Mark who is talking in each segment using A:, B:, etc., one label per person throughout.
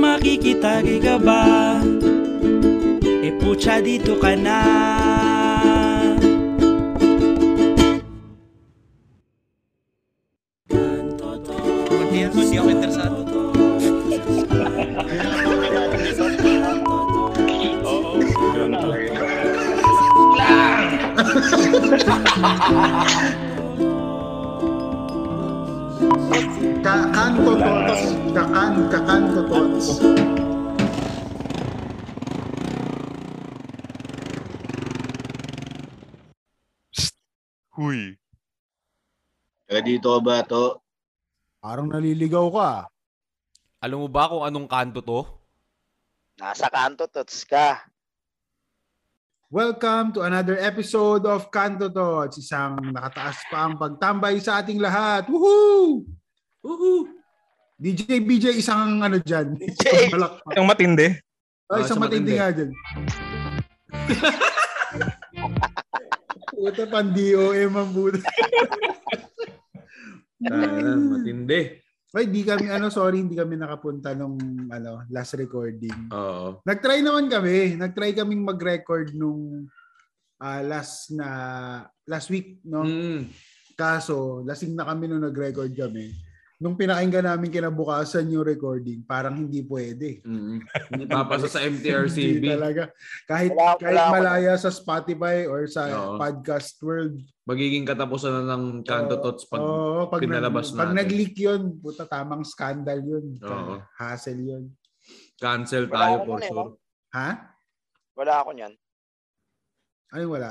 A: Nakikitagi ka ba? E putya dito ka na
B: Hindi ako, hindi ako interesado.
C: Kakan ko tots. Kakan, kakan ko tots.
D: Huy.
E: Taga dito ka ba to?
F: Parang naliligaw ka.
G: Alam mo ba kung anong kanto to?
H: Nasa kanto, tots ka.
C: Welcome to another episode of Kanto Tots. Isang nakataas pa ang pagtambay sa ating lahat. Woohoo!
B: Woohoo!
C: DJ BJ, isang ano dyan.
H: DJ!
C: Palakpak.
I: Ang matindi.
C: Ah, isang
B: isang
C: matindi
B: matindi.
C: nga dyan. Puta, pan DOM ang puta.
B: Tara, matindi.
C: Ay, di kami, ano, sorry, hindi kami nakapunta nung, ano, last recording.
B: Oo.
C: Nagtry naman kami. Nagtry kaming mag-record nung ah, last na, last week, no?
B: Mm.
C: Kaso, lasing na kami nung nag-record kami. Nung pinakinggan namin kinabukasan yung recording, parang hindi pwede.
B: Mm. Hindi papasa sa
C: Hindi
B: MTRCB.
C: talaga. Kahit,
H: Wala-
C: kahit
H: wala-
C: malaya sa Spotify or sa
B: Oo.
C: podcast world.
B: Magiging katapusan na ng Kanto Tots pag...
C: oo, pag,
B: pinalabas
C: pag
B: natin.
C: nag-leak yun, puta, tamang scandal yun.
B: Oo.
C: Hassle yun.
B: Cancel
H: Wala
B: tayo
H: naman
B: for
H: eh,
B: sure.
C: Ha?
H: Wala ako niyan.
C: Ano yung wala?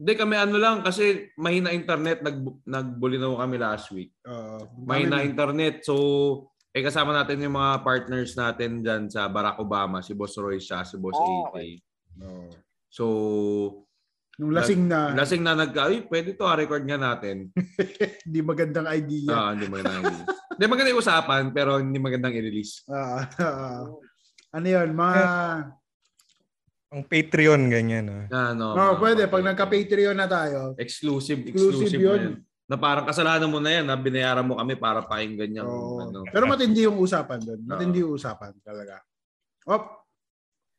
B: Hindi, kami ano lang kasi mahina internet. Nag, nagbulinaw kami last week.
C: Oo.
B: Mahina internet. So, eh kasama natin yung mga partners natin dyan sa Barack Obama. Si Boss Roy siya, si Boss
H: Ah,
B: AK.
C: Oo.
B: So,
C: Nung lasing na,
B: lasing na nag... Ay, pwede to, ah, record nga natin.
C: di magandang idea.
B: Ah, hindi magandang i-release. Hindi maganda yung usapan, pero hindi magandang i-release.
C: Ah, ah. ano yun?
B: Eh,
C: Mga...
I: Ang Patreon, ganyan. ah.
B: Na, ano,
C: Oo,
B: mga-
C: pwede. Pag nagka-Patreon na tayo.
B: Exclusive, exclusive,
C: Exclusive
B: yun.
C: yun.
B: Na parang kasalanan mo na yan, na binayaran mo kami para pakinggan yung
C: Oo.
B: ano.
C: Pero matindi yung usapan doon.
I: Ah.
C: Matindi yung usapan talaga. Op!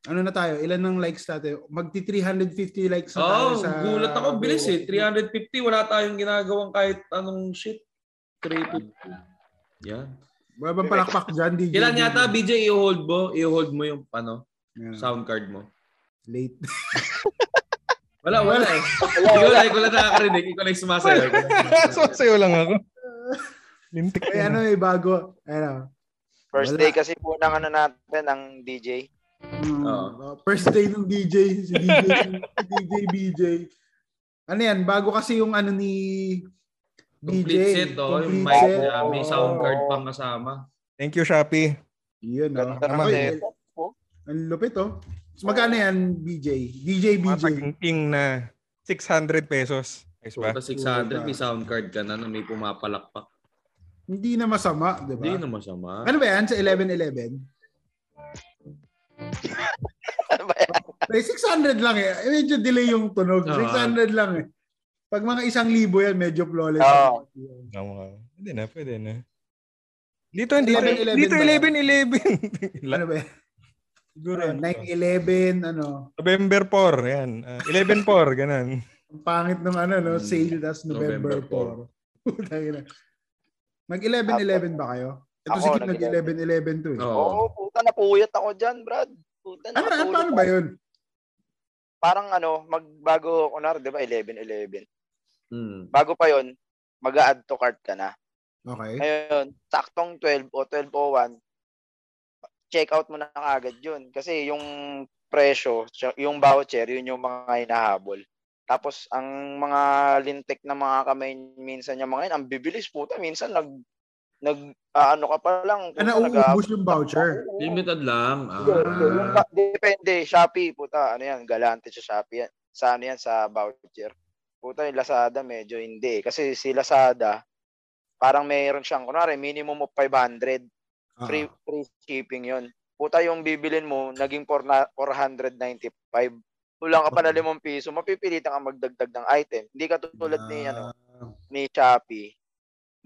C: Ano na tayo? Ilan ng likes natin? Magti 350 likes na tayo
B: Oh,
C: sa...
B: gulat ako. Bilis eh. 350. Wala tayong ginagawang kahit anong shit. 350. Yan.
C: Wala bang palakpak dyan, DJ?
B: Kailan yata, BJ, i-hold mo? I-hold mo yung ano,
C: Yeah.
B: sound card mo.
C: Late.
B: Wala, wala eh.
H: Wala,
B: Ikaw
H: wala.
B: lang, ikaw lang nakakarinig. Ikaw lang sumasayaw.
I: so, sayo lang ako. Lintik
C: Ay,
I: na.
C: ano eh, bago. Ano?
H: First
C: Wala.
H: day kasi po ng ano natin, ng DJ.
C: Mm,
B: Oo.
C: oh, First day ng DJ, si DJ, si DJ BJ. Ano yan, bago kasi yung ano ni
B: Complete
C: BJ.
B: set, oh. Yung
C: complete
B: mic
C: set.
B: niya, may
C: Oo.
B: sound card pang kasama.
I: Thank you, Shopee.
C: Yun, oh.
H: Ganda
I: tama.
H: naman eh.
C: Ang lupit, oh. So, magkano yan, BJ? DJ
I: Mga
C: BJ.
I: taging na 600 pesos. Ayos ba?
B: Puta 600, may sound card ka na na may pumapalakpak.
C: Hindi na masama, di ba?
B: Hindi na masama.
C: Ano ba yan sa 11-11?
H: Ano ba yan?
C: May 600 lang eh. Eh, Medyo delay yung tunog.
B: Oo.
C: 600 lang eh. Pag mga isang libo yan, medyo flawless. Ano
H: Oo.
I: Tama ka. Pwede na, pwede na. Dito, dito.
C: 11-11
I: dito,
C: ba?
I: 11, 11.
C: Ano ba? yan?
I: Siguro.
C: Ano,
I: ano to?
C: 9-11, ano.
I: November 4, yan. Ah, 11 4, ganun.
C: Ang pangit ng ano, no?
B: Mm.
C: Sale, tas November
B: November
C: 4. Putang ina. Mag-11-11 ba kayo? Ito
H: Ako,
C: si Kip nag-11-11 to eh.
B: Oo.
H: Oo, puta, napuyat ako dyan, Brad.
C: Ano,
H: Puta,
C: ano,
H: nakatulog
C: paano
H: ako.
C: ba yun?
H: Parang ano, magbago, kunar, di ba, 11-11.
B: Mm.
H: Bago pa yon mag add to cart ka na.
C: Okay.
H: Ngayon, saktong 12 o 12.01, check out mo na agad yun. Kasi yung presyo, tsaka yung voucher, yun yung mga hinahabol. Tapos, ang mga lintik na mga kamay, minsan yung mga yun, ang bibilis puta. Minsan, nag, nag, ah, ano ka pa lang.
C: Ah,
H: puta,
C: nauubos yung voucher.
H: Oo.
B: Limited lang. Ah.
H: Yun, yun. Yung ka- Depende, Shopee, puta, ano yan, galante sa Shopee yan. Sa ano yan, sa voucher. Puta, yung Lazada medyo hindi. eh. Kasi si Lazada, parang mayroon siyang, kunwari, minimum of 500.
C: Ah.
H: Free, free shipping yun. Puta, yung bibilin mo, naging 4 na- 495. Kulang ka pa na 5 piso, mapipilitan ka magdagdag ng item. Hindi ka tulad
C: Ah.
H: ni, ano,
C: Hmm.
H: ni Shopee.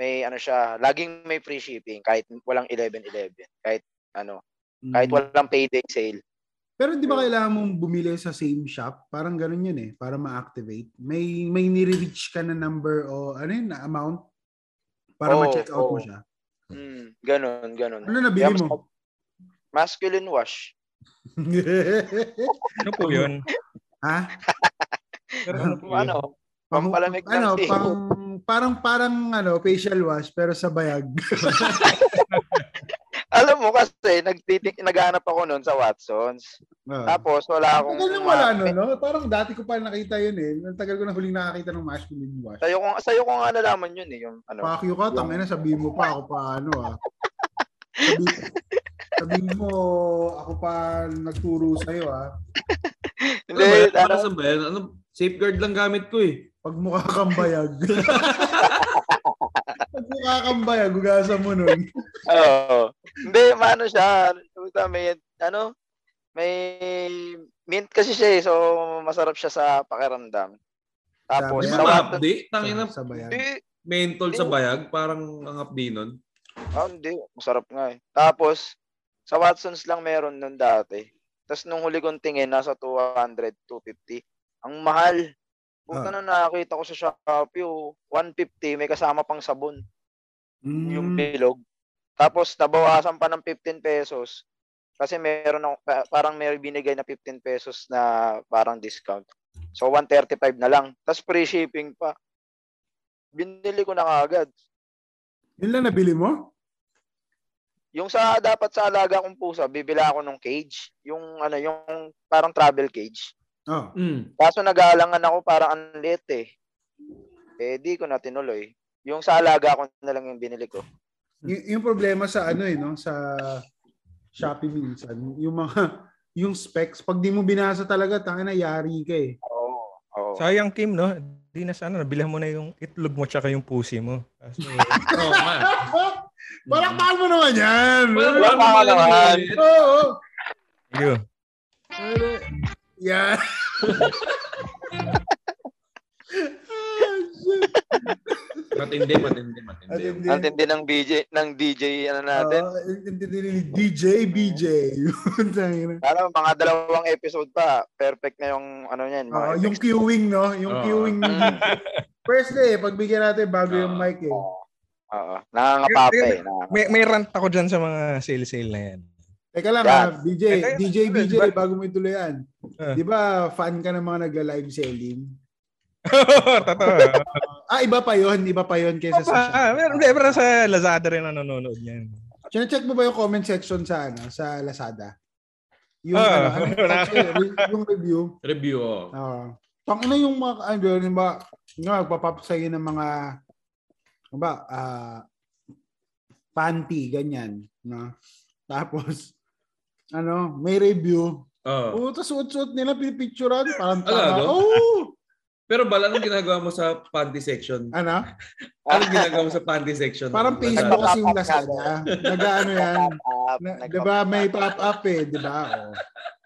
H: May ano siya, laging may free shipping kahit walang 11-11. Kahit ano, Kahit
C: Hmm.
H: walang payday sale.
C: Pero di ba kailangan mong bumili sa same shop? Parang ganun yun eh, para ma-activate. May may nire-reach ka na number o ano yun, na amount para
H: Oo,
C: ma-check out mo
H: oo.
C: siya.
H: Mm, ganun, ganun.
C: Ano nabili
H: Kaya mas-
C: mo?
H: Masculine wash.
I: Ano po yun?
C: ha?
I: Pero ano po yun?
H: Ano? Pampalamig ng
C: ano,
H: tea.
C: pang, parang parang ano, facial wash pero sa bayag.
H: Alam mo kasi, nagtitik, naghanap ako noon sa Watsons.
C: Ah.
H: Tapos wala akong...
C: Tagal nang wala no, no? Parang dati ko pa nakita yun eh. Ang tagal ko na huling nakakita ng masculine wash.
H: Sa'yo ko, sa'yo ko nga nalaman yun eh. Yung, ano,
C: Pakyo ka, tangina, sabihin mo pa ako pa ano ah. Sabihin, sabihin mo, ako pa nagturo sa'yo ah.
B: Ano ba
H: Hindi,
B: yan? Para
H: ano,
B: sa ba yan? Ano, safeguard lang gamit ko eh.
C: Pag mukha kang bayag. Pag mukha kang bayag, hugasan mo nun.
H: oo. Hindi, maano siya. puta, May, ano, may mint kasi siya eh. So, masarap siya sa pakiramdam.
C: Sabi
B: Di
H: Tapos,
B: ba
H: sa Watsons,
B: ma-update? Tangina,
C: Sa bayag.
H: hindi,
B: mentol sa bayag. Parang ang update nun.
H: ah, hindi, masarap nga eh. Tapos, sa Watsons lang meron nun dati. Tapos nung huli kong tingin, nasa 200, 250. Ang mahal. Puta na nakakita ko sa Shopee, oh, 150, may kasama pang sabon.
C: Mm,
H: yung bilog. Tapos nabawasan pa ng 15 pesos. Kasi meron ako, pa- parang may binigay na 15 pesos na parang discount. So 135 na lang. Tapos free shipping pa. Binili ko na kagad.
C: yun lang nabili mo?
H: Yung sa dapat sa alaga kong pusa, bibila ako ng cage. Yung ano, yung parang travel cage.
C: Oh.
B: Mm.
H: Kaso nag-aalangan ako parang ang liit eh. Eh di ko na tinuloy. Yung sa alaga ko na lang yung binili ko.
C: Y- yung problema sa ano eh, no? Sa Shopee minsan, yung mga yung specs, pag di mo binasa talaga, tangina, yari ka eh.
H: Oo. Oo.
I: Sayang Kim, no? Di na sana, nabilhan mo na yung itlog mo tsaka yung pusi mo. Ah, Kaso,
B: Oo nga.
C: Palakpakan mo naman yan!
B: Wala
H: Wala
B: wala
H: pa
B: naman.
H: naman.
C: Oo! oo.
I: yun.
C: Yeah. Ah, shit.
B: Matindi, matindi,
C: At
B: matindi.
C: hindi-
H: Ang tindi ng DJ, ng DJ ano natin.
C: Oo, hindi- hindi- hindi- DJ, BJ. Yun, tangina.
H: Alam, mga dalawang episode pa, perfect na yung ano niyan. Mga
C: Oo, yung
H: effects.
C: queuing, no? Yung
B: Oo.
C: queuing. First day, pagbigyan natin bago yung mic eh.
H: Oo. Oo. Nangangapape.
I: Yun,
H: Eh. Nangangapa.
I: May, may rant ako dyan sa mga sale-sale na yan.
C: Teka lang ah,
H: Yan.
C: ha, DJ,
I: Teka,
C: DJ,
I: teka,
C: BJ,
I: diba-
C: bago mo ituloyan.
I: Ah.
C: Di ba, fan ka ng mga nagla-live selling?
I: Totoo.
C: Ah, iba pa yon iba pa yon kaysa sa
I: Ah,
C: Shopee.
I: meron, meron sa Lazada rin na nanonood yan.
C: Sine-check mo ba yung comment section sa ano, sa Lazada? Yung,
I: Ah,
C: ano, ano,
I: wala.
C: yung review.
B: Review, oh.
C: Oo. Tangina yung mga ano yun, ba, nga nagpapap sa ng mga ano ba ah panty ganyan, no? Tapos ano, may review.
B: Oo.
C: Oo, tas suot-suot nila pinipicturean parang
B: Ala,
C: tama.
B: no?
C: Oh!
B: Pero bala, anong ginagawa mo sa panty section?
C: Ano?
B: Anong ginagawa mo sa panty section? Ano?
C: Parang Facebook kasi yung Lazada. Nagaano yan.
H: Nagpa-pop,
C: Na,
H: nagpa-pop.
C: 'Di ba may pop-up eh, 'di ba? Oh.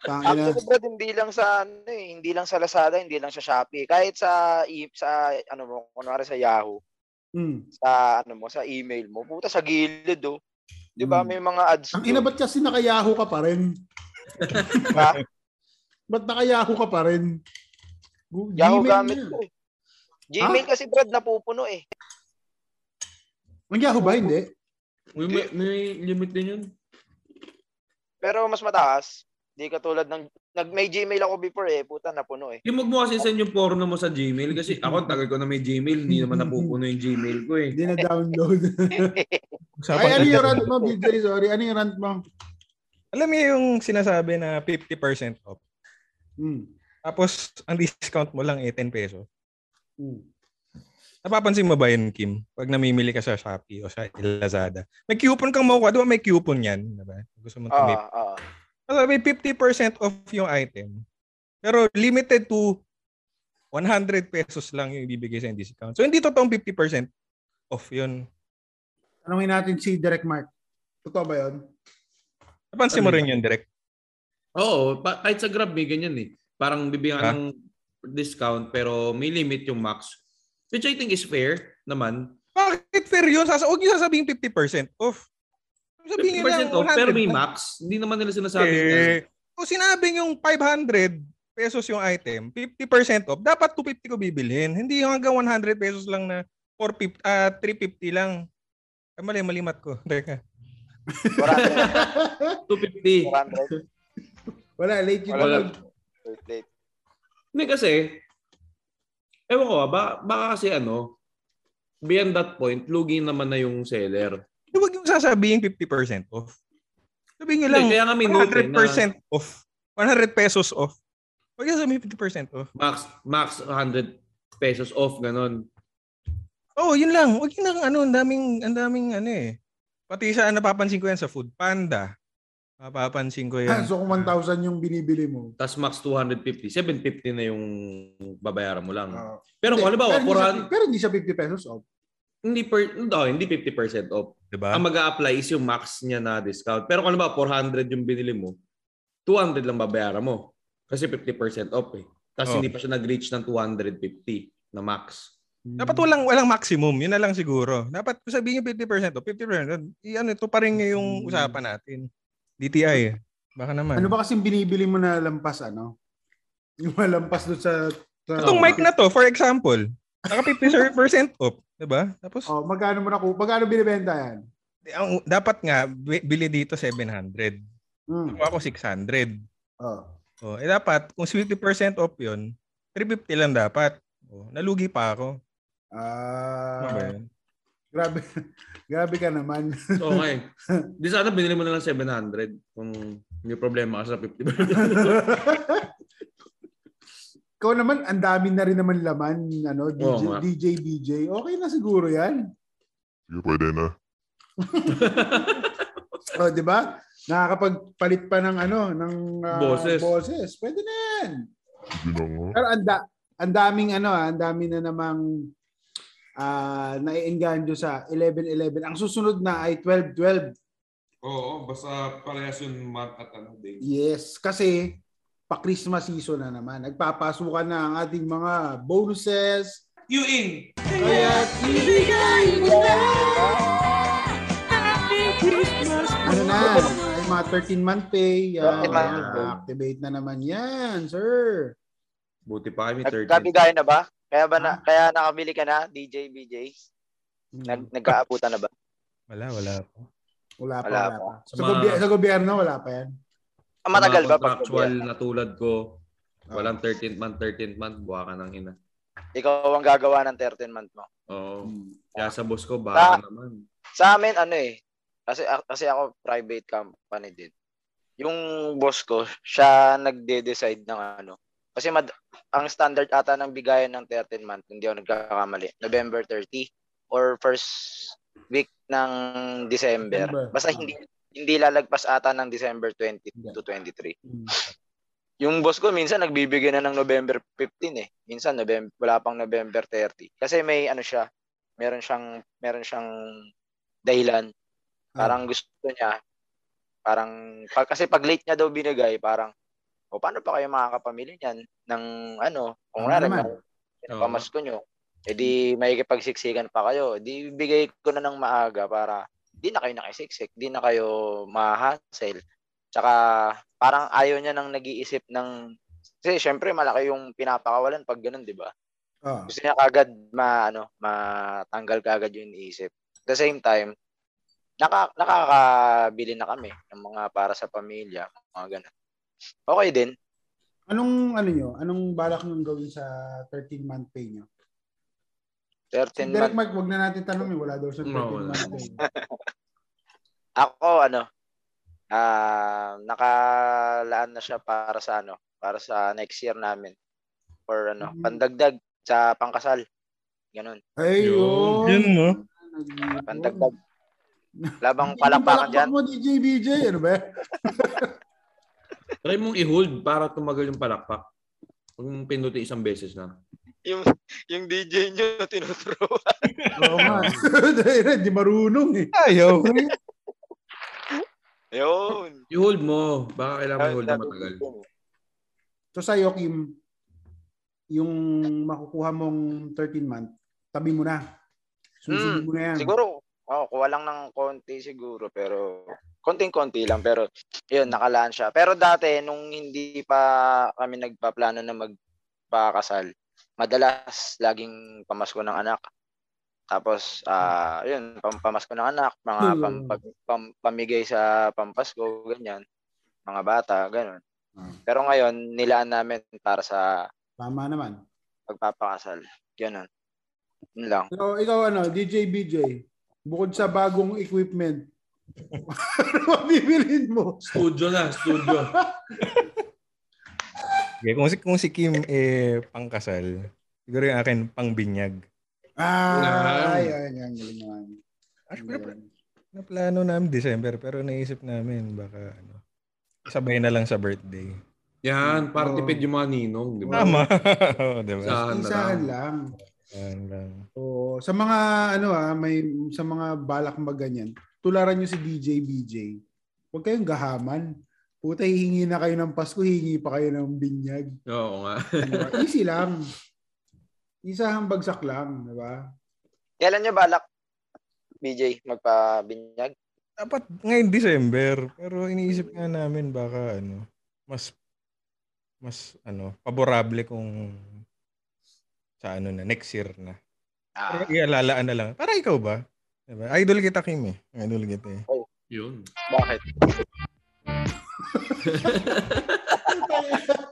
C: Tangina.
H: Actually, Brad, hindi lang sa ano eh, hindi lang sa Lazada, hindi lang sa Shopee, kahit sa i- sa ano mo, kunwari sa Yahoo,
C: Mm.
H: sa ano mo, sa email mo, puta sa gilid oh. 'Di ba?
C: Mm.
H: May mga ads.
C: Ang ina ba't kasi naka-Yahoo ka pa rin?
H: Ha?
C: Ba't naka-Yahoo ka pa rin? Gu-
H: Yahoo
C: Gmail na
H: gamit
C: yan.
H: ko. eh. Gmail kasi Brad napupuno eh.
C: Ang Yahoo ba? Hindi.
B: Uy, may, may limit din yun.
H: Pero mas mataas. Di katulad ng nag may Gmail ako before eh, puta napuno eh.
B: Yung mo kasi send yung porno mo sa Gmail kasi ako tagal ko na may Gmail, hindi naman napupuno yung Gmail ko eh.
C: Hindi na download.
I: Usapan
C: Ay, ano
I: dyan.
C: yung rant mo, BJ? Sorry, ano yung rant mo?
I: Alam niyo yung sinasabi na 50% off.
C: Mm.
I: Tapos, ang discount mo lang eh, 10 peso.
C: Mm.
I: Napapansin mo ba yun, Kim? Pag namimili ka sa Shopee o sa Lazada. May coupon kang makukuha. Di ba may coupon yan? Diba? Gusto mo tumip.
H: Ah, ah.
I: Kasi may 50% off yung item. Pero limited to 100 pesos lang yung ibibigay sa discount. So hindi totoong 50% off yun.
C: Tanungin natin si Direct Mark. Totoo ba yun?
I: Napansin
B: Ano
I: mo rin yun direct.
B: Oo, pa- kahit sa Grab may ganyan eh. Parang bibigyan
I: Ha?
B: ka ng discount pero may limit yung max. Which I think is fair naman.
I: Bakit fair yun? Sasa, huwag nyo sasabihin 50% off. Sabihin nila
B: 50% off, pero may
I: 100.
B: max. Hindi naman nila sinasabi.
I: Eh, kung sinabi yung 500 pesos yung item, 50% off, dapat 250 ko bibilhin. Hindi yung hanggang 100 pesos lang na 450, ah 350 lang. Ay, mali, malimat ko. Teka.
H: 400.
B: 250.
H: 400.
C: Wala, late yun.
B: Wala.
H: Wait, wait.
B: Hindi kasi, ewan ko, ah, ba, baka kasi ano, beyond that point, lugi naman na yung seller.
I: Eh, Huwag yung sasabihin 50% off. Sabihin nyo lang,
B: Hindi, kaya nga may note eh,
I: 100%
B: na
I: off. 100 pesos off. Huwag yung sabihin 50% off.
B: max, max 100 pesos off, ganun.
I: Oo, oh, yun lang. Huwag yun lang, ano, ang daming, ang daming, ano eh. Pati sa, napapansin ko yan sa Food Panda. Napapansin ko yan.
C: Ah, So kung 1,000 yung binibili mo.
B: Tapos max 250, 750 na yung babayaran mo lang.
C: ah,
B: pero kung
C: hindi,
B: halimbawa,
C: pero hindi siya-
B: 400,
C: Pero hindi siya 50 pesos oh. off.
B: hindi, per, no, hindi 50% off.
I: Diba?
B: Ang mag apply is yung max niya na discount. Pero kung halimbawa, 400 yung binili mo, 200 lang babayaran mo. Kasi 50% off eh. Tapos
I: Oh.
B: hindi pa siya nag-reach ng 250 na max.
I: Dapat walang walang maximum, yun na lang siguro. Dapat kung sabihin yung 50% o 50%, i- ano, ito pa rin yung usapan natin. DTI eh. Baka
B: Hmm.
C: Hmm.
I: naman.
C: Ano ba kasing binibili mo na lampas, ano? Yung malampas doon sa... sa
I: Itong
B: Oh.
I: mic na to, for example, naka 50% off, 'di ba? Tapos
C: Oh, magkano mo na ku? Magkano binibenta yan?
I: ang, dapat nga bi- bili dito 700.
C: Mm.
I: Kuha ko 600.
C: Oh.
I: Oh, eh dapat kung 50% off 'yun, 350 lang dapat. Oh, nalugi pa ako. Ano ba
C: Ah,
I: yun?
C: grabe. grabe ka naman.
B: Okay. Di sana binili mo na lang 700 kung may problema ka sa 50.
C: Ikaw naman, ang dami na rin naman laman, ano, DJ,
B: Oo nga.
C: DJ, DJ. Okay na siguro yan.
D: Sige, pwede na.
C: O, Oh, di ba? Nakakapagpalit pa ng ano, ng ah,
B: Boses.
C: boses. Pwede na yan.
D: Sige na nga.
C: Pero ang da- ang daming ano, ah, ang dami na namang ah naiengganyo sa 11-11. Ang susunod na ay 12-12.
B: Oo, basta parehas yung month at ano day.
C: Yes, kasi pa-Christmas season na naman. Nagpapasukan na ang ating mga bonuses.
B: You in!
C: Kaya ano na, ay mga 13-month pay. Yan,
H: 13-month
C: yan.
B: pay.
C: activate na naman yan, sir.
B: Buti pa kami 13.
H: Nagkabigayan na ba? Kaya ba na, kaya nakabili ka na, DJ, BJ? Nag, nagkaabutan na ba?
I: Wala, wala.
C: Wala pa,
H: Wala
C: wala,
H: pa.
C: pa.
B: Sa
C: Sa,
B: mga-
C: goby- sa gobyerno, wala pa yan.
H: Ah, matagal ba? Pag
B: Contractual na tulad ko. Walang 13th month, 13th month, buha ka ng ina.
H: Ikaw ang gagawa ng 13 month mo.
B: Oo. Kaya sa boss ko,
H: Ah.
B: baka naman.
H: Sa amin, ano eh. Kasi, kasi ako private company din. Yung boss ko, siya nagde-decide ng ano. Kasi mad- ang standard ata ng bigayan ng 13 month, hindi ako nagkakamali, November 30 or first week ng December.
C: December.
H: Basta
C: Ah.
H: hindi hindi lalagpas ata ng December 20 to 23.
C: Mm.
H: Yung boss ko minsan nagbibigay na ng November 15 eh. Minsan November, wala pang November 30. Kasi may ano siya, meron siyang meron siyang dahilan.
C: Ah.
H: Parang gusto niya parang pa- kasi pag late niya daw binigay, parang o paano pa kayo makakapamili niyan ng ano, kung
C: Tama
H: wala
C: naman.
H: naman pinapamasko nyo. E di makikipagsiksikan pa kayo. Di bigay ko na ng maaga para di na kayo nakisiksik, di na kayo ma-hassle. Tsaka parang ayaw niya nang nag-iisip ng kasi syempre malaki yung pinapakawalan pag ganun, di ba?
C: Oh.
H: Gusto niya kagad ma ano, matanggal kagad yung iniisip. At the same time, naka, nakakabili na kami ng mga para sa pamilya, mga ganun. Okay din.
C: Anong ano nyo? Anong balak nyo gawin sa 13-month pay nyo?
H: 13
C: Si
H: month.
C: Direct Mark, wag na natin tanongin. Wala daw sa 13
B: No, wala.
C: month pay.
H: Ako ano, ah nakalaan na siya para sa ano, para sa next year namin for ano,
C: Mm.
H: pandagdag sa pangkasal. Ganun.
C: Ayun.
I: Yun mo.
C: Nag-
H: Pandagdag. Labang
C: Yung palakpak
H: palakpakan diyan.
C: mo, DJ BJ. Ano ba?
B: Try mong i-hold para tumagal yung palakpak. Huwag mong pinuti isang beses na.
H: Yung yung DJ niyo tinuturo.
C: Oo nga. Hindi marunong eh.
I: Ayaw.
H: Yun.
B: I-hold mo. Baka kailangan mo i-hold na
H: Sabi ko,
B: matagal.
C: So sa'yo, Kim, yung makukuha mong 13 month, tabi mo na. Susundin
H: Mm,
C: mo na yan.
H: Siguro Oh, kuha lang ng konti siguro pero konting-konti lang pero yun nakalaan siya. Pero dati nung hindi pa kami nagpaplano na magpakasal, madalas laging pamasko ng anak. Tapos ah yun pampamasko ng anak, mga
C: Hmm.
H: pam, pam- pam- pamigay sa pampasko ganyan, mga bata, ganun.
C: Ah.
H: Pero ngayon nilaan namin para sa
C: Tama naman.
H: pagpapakasal. Ganun. Yun lang.
C: So, ikaw ano, DJ BJ, bukod sa bagong equipment, ano bibilin mo?
B: Studio na, studio.
I: Okay, kung si, kung si Kim eh pangkasal, siguro yung akin pangbinyag.
C: Ah,
B: Wow.
C: yan, yan, galing naman.
I: Actually, na plano namin December pero naisip namin baka ano, sabay na lang sa birthday.
B: Yan,
C: Oo.
B: party pit yung mga ninong, di ba?
I: Tama. Oo, diba?
B: Saan na lang.
C: Isahan lang.
I: Yan lang.
C: Oo, sa mga ano ah, may sa mga balak maganyan, tularan niyo si DJ BJ. Huwag kayong gahaman. Puta, hihingi na kayo ng Pasko, hihingi pa kayo ng binyag.
B: Oo nga.
C: Diba? Easy lang. Isahang bagsak lang, di ba?
H: Kailan nyo Eh, balak, BJ, magpabinyag?
I: Dapat ngayon December pero iniisip nga namin baka ano, mas mas ano, favorable kung sa ano na next year na.
H: Ah,
I: Pero ialalaan na lang. Para ikaw ba? Diba? Idol kita Kim eh. Idol kita eh.
B: Yun.
H: bakit?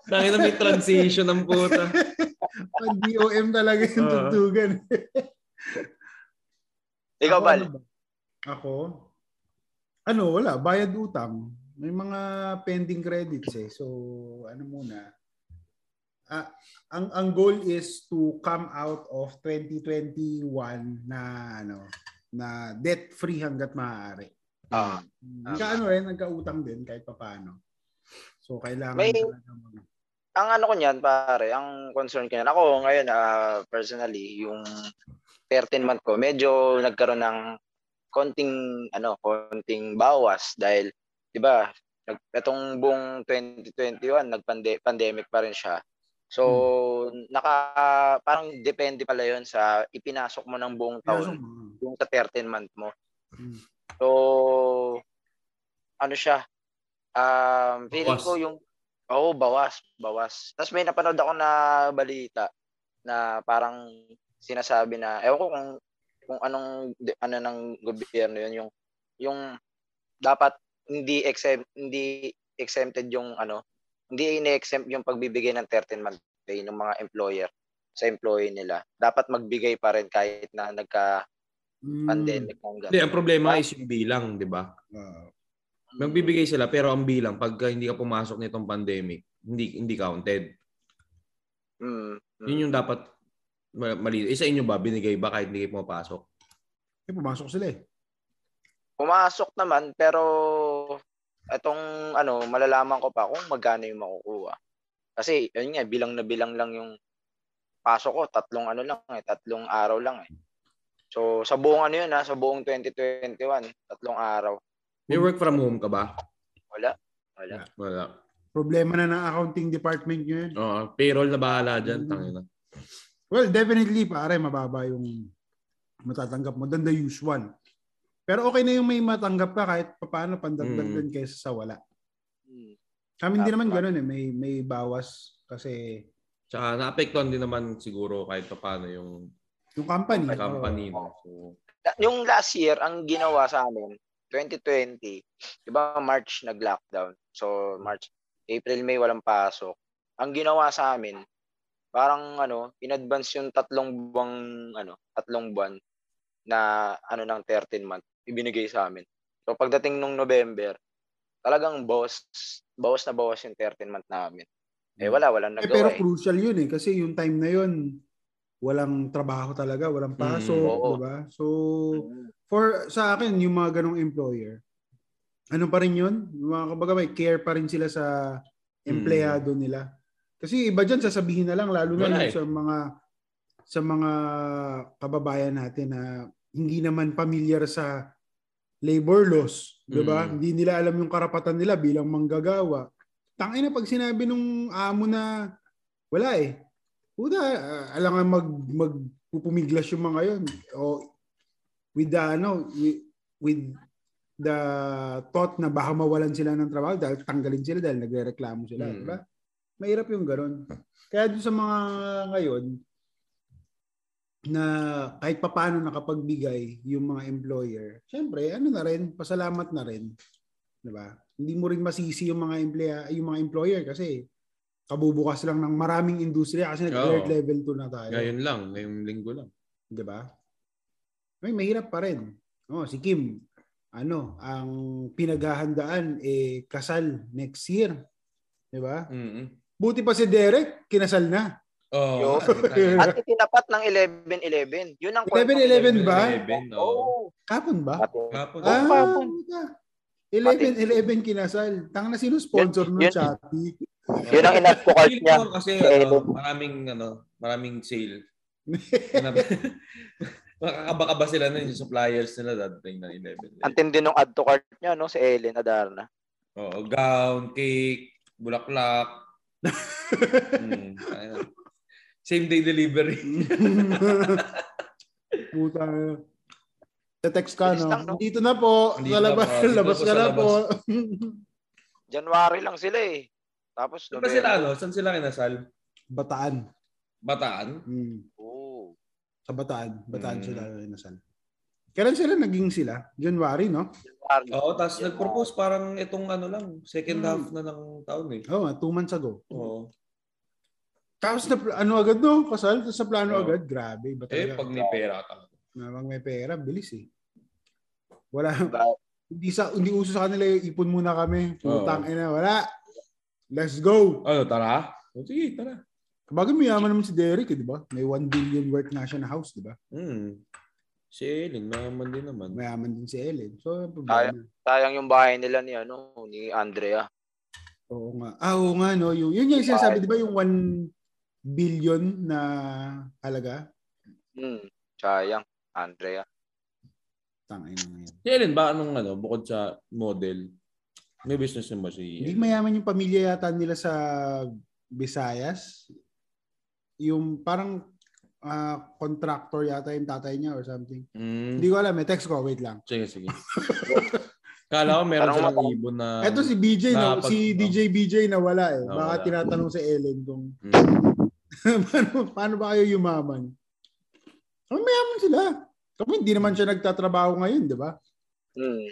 B: Dahil na may transition ng puta.
C: Pag DOM talaga yung
B: Oo.
C: tugtugan.
H: Ikaw,
C: Ako,
H: Bal?
C: ano ba? Ako? Ano, wala. Bayad utang. May mga pending credits eh. So, ano muna. Ah, ang ang goal is to come out of 2021 na ano na debt free hangga't maaari.
H: Ah,
C: Nagka ano rin, nagkautang din kahit papaano. So kailangan
H: May-
C: talaga mag-
H: ang ano ko niyan, pare, ang concern ko niyan. Ako, ngayon, ah, personally, yung 13 month ko, medyo nagkaroon ng konting, ano, konting bawas dahil, di ba, nag- itong buong 2021, nag-pandemic pa rin siya. So, naka, parang depende pala yon sa ipinasok mo ng buong taon.
C: Kaso, mm,
H: yung sa 13 month mo.
C: Mm.
H: So, ano siya? Um, feeling
B: Bawas.
H: ko yung, oo, bawas, bawas. Tapos may napanood ako na balita na parang sinasabi na, ewan ko kung, kung anong, de- ano ng gobyerno yun, yung, yung dapat hindi exempt, hindi exempted yung ano, hindi ini-exempt yung pagbibigay ng 13 month pay ng mga employer sa employee nila. Dapat magbigay pa rin kahit na nagka
C: mm,
H: pandemic Diba? hanggang.
B: Hindi, ang problema is yung bilang, di ba?
C: ah,
H: Mm.
B: Magbibigay sila pero ang bilang pagka hindi ka pumasok nitong pandemic, hindi hindi counted.
H: Mm, mm.
B: Yun yung dapat ma- mali. Eh, sa inyo ba binigay ba kahit hindi kayo pumapasok?
C: eh, pumasok sila eh.
H: Pumasok naman pero itong ano, malalaman ko pa kung magkano yung makukuha. Kasi yun nga, bilang na bilang lang yung pasok ko, tatlong ano lang eh, tatlong araw lang eh. So sa buong ano yun ha, sa buong 2021, tatlong araw.
B: May work from home ka ba?
H: Wala. Wala.
B: Wala.
C: Problema na ng accounting department nyo yun.
B: Oo, payroll na bahala dyan. Tangina.
C: Well, definitely, pare, mababa yung matatanggap mo than the usual. Pero okay na yung may matanggap ka kahit paano pandagdag
B: Mm.
C: din kaysa sa wala.
H: Mm.
C: Sa amin din naman
H: Tama.
C: ganun eh, may, may bawas kasi
B: Tsaka naapektuhan din naman siguro kahit pa paano yung
C: yung company.
B: company. No? So,
H: La- Yung last year, ang ginawa sa amin, 2020, di ba March nag-lockdown. So March, April, May walang pasok. Ang ginawa sa amin, parang ano, in advance yung tatlong buwang ano, tatlong buwan na ano ng 13 month ibinigay sa amin. So pagdating nung November, talagang bawas bawas na bawas yung 13 month namin. Eh wala, walang
C: Eh,
H: nagawa.
C: pero
H: eh.
C: crucial yun eh kasi yung time na yun walang trabaho talaga, walang pasok,
H: Mm, oo.
C: di ba? So
H: eh.
C: for sa akin yung mga ganong employer, ano pa rin yun? Yung Mga kumbaga may care pa rin sila sa empleyado nila. Kasi iba diyan sasabihin na lang lalo na
B: Wala
C: yung
B: eh.
C: sa mga sa mga kababayan natin na hindi naman familiar sa labor laws, 'di ba?
B: Mm.
C: Hindi nila alam yung karapatan nila bilang manggagawa. Tangina na pag sinabi nung amo na wala eh. Puta, ah, alam nga mag magpupumiglas yung mga yun. O with the ano with, with the thought na baka mawalan sila ng trabaho dahil tanggalin sila dahil nagrereklamo sila,
B: Mm.
C: di ba? Mahirap yung ganun. Kaya doon sa mga ngayon na kahit papaano nakapagbigay yung mga employer, syempre ano na rin, pasalamat na rin. 'Di ba? Hindi mo rin masisi yung mga employer, yung mga employer kasi kabubukas lang ng maraming industriya kasi nag-alert
B: Oo.
C: level 2 na tayo.
B: Ngayon lang, ngayong linggo lang.
C: 'di ba? May mahirap pa rin. Oh, si Kim, ano, ang pinaghahandaan eh kasal next year, 'di ba?
B: Mm-hmm.
C: Buti pa si Derek, kinasal na.
B: Oh,
H: Yo. At itinapat ng 11-11. Yun ang
C: 11-11 ba?
B: Oh.
H: Oo.
C: Kapon ba?
H: Pati-
B: Kapag,
C: Ah,
H: oh, kapon.
C: puta. 11-11 kinasal. Tang na sino sponsor ng
H: Yun- yun-
C: Shopee?
H: Yun ang in-advocate
B: ah, Feel
H: niya.
B: ko Kasi
H: Eh,
B: ano, maraming ano, maraming sale. Makakabaka ba sila nun yung suppliers nila dadating ng 11.
H: Ang tindi nung add to cart niya, no? Si Ellen Adarna.
B: Oo, gown, cake, bulaklak. mm, ayun. Same day delivery.
C: Puta. Sa text ka,
H: Bilis lang, no?
C: no? Dito na po.
B: Dito
C: Sa labas,
B: na po. Dito
C: labas
B: po
C: ka
B: sa
C: na
B: labas.
C: po.
H: January lang sila eh. Tapos,
B: Saan ba
H: November.
B: sila ano? Saan sila kinasal?
C: Bataan.
B: Bataan?
C: Mm.
H: Oo.
C: Sa Bataan. Bataan
B: Mm.
C: sila inasal. Kailan sila naging sila? January, no?
H: January.
B: Oo, tapos
H: January.
B: nag-propose parang itong ano lang, second
C: Hmm. Oh,
B: half na ng taon eh.
C: Oo, nga, two months ago.
B: Oo.
C: Tapos na, ano agad, no? Kasal. Tapos sa plano
B: Oo.
C: agad. Grabe. Ba
B: Eh,
C: talaga?
B: pag may pera ka.
C: Habang may pera, bilis eh. Wala.
H: Ba-
C: hindi sa hindi uso sa kanila yung ipon muna kami.
B: Oo.
C: Putang ina, wala. Let's go.
B: Ano, tara?
C: Oh,
B: O, sige, tara.
C: Kabagay mayaman naman si Derek, eh, di ba? May 1 billion worth na siya na house, di ba?
B: Hmm. Si Ellen, mayaman din naman.
C: Mayaman din si Ellen. So, yung problema.
H: Sayang yung bahay nila ni, ano, ni Andrea.
C: Oo nga. Ah, oo nga, no. Yung, yun yung sinasabi, di ba? Yung 1 billion na halaga.
H: Hmm. Sayang. Andrea.
C: Tangay na nga yan.
B: Si Ellen ba, anong ano, bukod sa model, may business din ba si
C: Hindi
B: Ellen?
C: mayaman yung pamilya yata nila sa Visayas. Yung parang ah, contractor yata yung tatay niya or something.
B: Hmm.
C: Hindi ko alam. May text ko. Wait lang.
B: Sige, sige. Kala ko meron
H: Parang
B: silang
H: wala.
B: ibon na...
C: Eto si BJ, no?
B: Ah, nakapag-
C: si DJ BJ na wala eh.
B: Ah,
C: Baka
B: wala.
C: tinatanong si Ellen kung
B: Mm.
C: paano, paano ba kayo yumaman? Oh, mayaman sila. Kami hindi naman siya nagtatrabaho ngayon, di ba?
H: Hmm.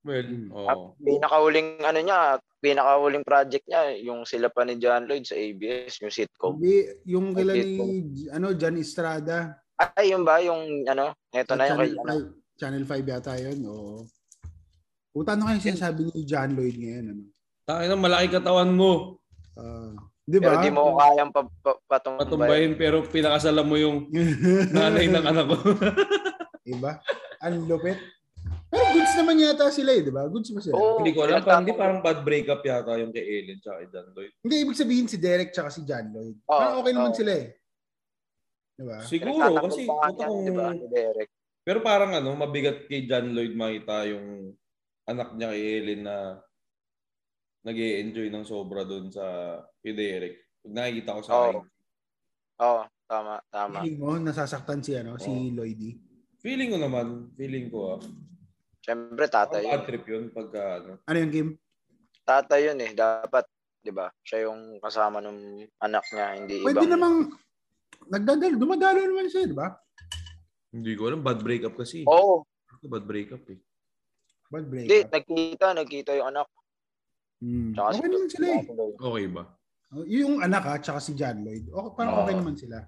B: Well,
C: Mm.
B: oo.
H: Pinakauling, ano niya, pinakauling project niya, yung sila pa ni John Lloyd sa ABS, yung sitcom.
C: Hindi, yung kila
H: Okay,
C: ni ano, Jan Estrada.
H: Ay, yun ba? Yung, ano, eto
C: Sa
H: na yung kay, ano,
C: Channel 5, Channel 5 yata yun. Oo. Puta, ano kaya sinasabi ni John Lloyd ngayon? Ano?
B: Tayo na, malaki katawan mo.
C: Ah, di ba?
H: Pero di mo ko kayang pa, pa,
C: Ano
H: patumbayan.
B: Patumbayin pero pinakasala mo yung nanay ng anak ko.
C: Iba? Diba? Ang lupit. Pero goods naman yata sila eh, di ba? Goods ba sila?
H: Oo,
B: hindi ko alam. Parang, hindi parang bad breakup yata yung kay Ellen tsaka kay Dan Lloyd.
C: Hindi, ibig sabihin si Derek tsaka si John Lloyd.
H: Oo,
C: Parang okay naman
H: oo.
C: sila eh. Di ba?
B: Siguro, kasi
H: Ah, pa nga
B: puta
H: niya,
B: kung...
H: di ba, ni Derek.
B: Pero parang ano, mabigat kay John Lloyd makita yung anak niya kay Ellen na nag enjoy ng sobra doon sa kay Derek. Pag nakikita ko sa
H: Oo.
B: akin.
H: Oo, tama, tama.
C: Feeling mo, nasasaktan si, ano, si
B: Oo.
C: Lloydy.
B: Feeling ko naman, feeling ko ah.
H: Siyempre,
B: Ang
H: tatay yun.
B: bad trip yun pagka ano.
C: Ano yung Kim?
H: Tatay yun eh, dapat, di ba? Siya yung kasama ng anak niya, hindi
C: Pwede
H: ibang...
C: namang nagdadalo. Dumadalo naman siya, di ba?
B: Hindi ko alam, bad breakup kasi.
H: Oo,
B: Bad breakup eh.
C: Bad break.
H: hindi, nagkita, nagkita yung anak.
C: Hmm.
H: Tsaka
C: Okay naman sila eh.
B: Okay ba?
C: Oh, Yung anak ha, tsaka si John Lloyd. Okay, parang
B: Oo.
C: okay naman sila.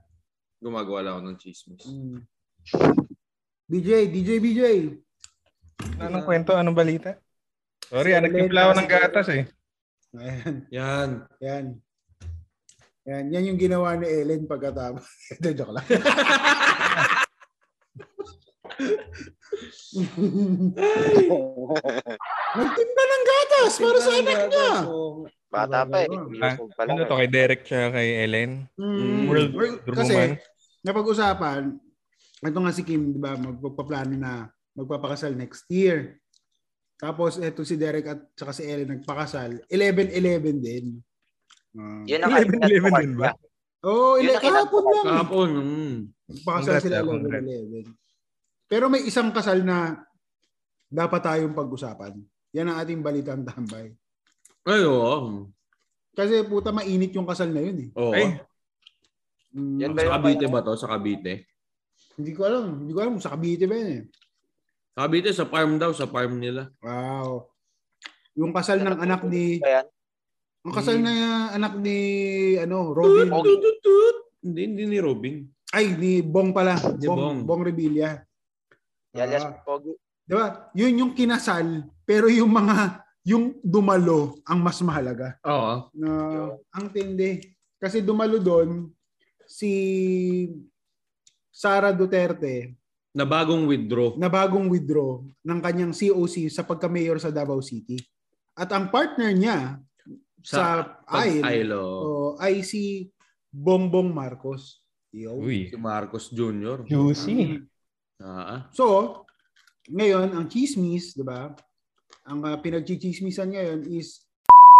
B: Gumagawa lang ako ng chismis.
C: Mm. BJ, DJ, BJ.
I: Anong kwento? Anong balita? Sorry, ah, nagtimpla ako ng gatas eh.
C: Ayan,
B: Yan.
C: yan. Yan, yan yung ginawa ni Ellen pagkatapos. Ito, joke lang. Nagtimba ng gatas para sa anak niya.
H: Bata pa eh.
C: Ano
I: ba?
H: Yusog pa lang
I: Ano to,
H: eh.
I: kay Derek siya kay Ellen?
C: Mm.
I: World
C: Well,
I: War
C: kasi,
I: Roman.
C: napag-usapan, ito nga si Kim, di ba, magpaplano na magpapakasal next year. Tapos, eto si Derek at saka si Ellen nagpakasal. 11-11 din. Ah.
H: Yun ang
I: 11-11
H: advocate
I: din ba?
H: niya.
C: Oo, oh,
H: Yun
C: ele-
H: ang kinap-
C: kahapon lang.
B: Kahapon. Mm.
C: Pakasal
I: Congrats,
C: sila
I: ah, congrats.
C: 11-11. Pero may isang kasal na dapat tayong pag-usapan. Yan ang ating balitang tambay.
B: Ay, oo.
C: Kasi puta mainit yung kasal na yun eh.
B: Oo.
I: Ay.
C: Mm,
H: Yan ba yung
B: Sa Cavite
H: final?
B: ba to? Sa Cavite?
C: Hindi ko alam. Hindi ko alam kung sa Cavite ba yun eh.
B: Sa Cavite, sa farm daw. Sa farm nila.
C: Wow. Yung kasal ng anak ni...
H: Ayan.
C: Ang kasal na anak ni... Ano?
B: Tut,
C: Robin.
B: tut, tut, tut. Hindi, hindi ni Robin.
C: Ay, ni Bong pala.
B: Ni Bong.
C: Bong, Bong Revilla.
H: Yalias
C: Ah.
H: Pogi.
C: Diba? Yun yung kinasal, pero yung mga, yung dumalo ang mas mahalaga.
B: Oo.
C: Na, ang tindi. Kasi dumalo doon, si Sara Duterte
B: Na bagong withdraw.
C: na bagong withdraw ng kanyang COC sa pagka-mayor sa Davao City. At ang partner niya sa,
B: Ay,
C: AIL,
B: oo.
C: oh, ay si Bongbong Marcos. Yo.
G: Uy.
B: Si Marcos Jr.
J: Juicy.
B: Ah,
C: So, ngayon, ang chismis, di ba? Ang uh, pinagchichismisan ngayon is,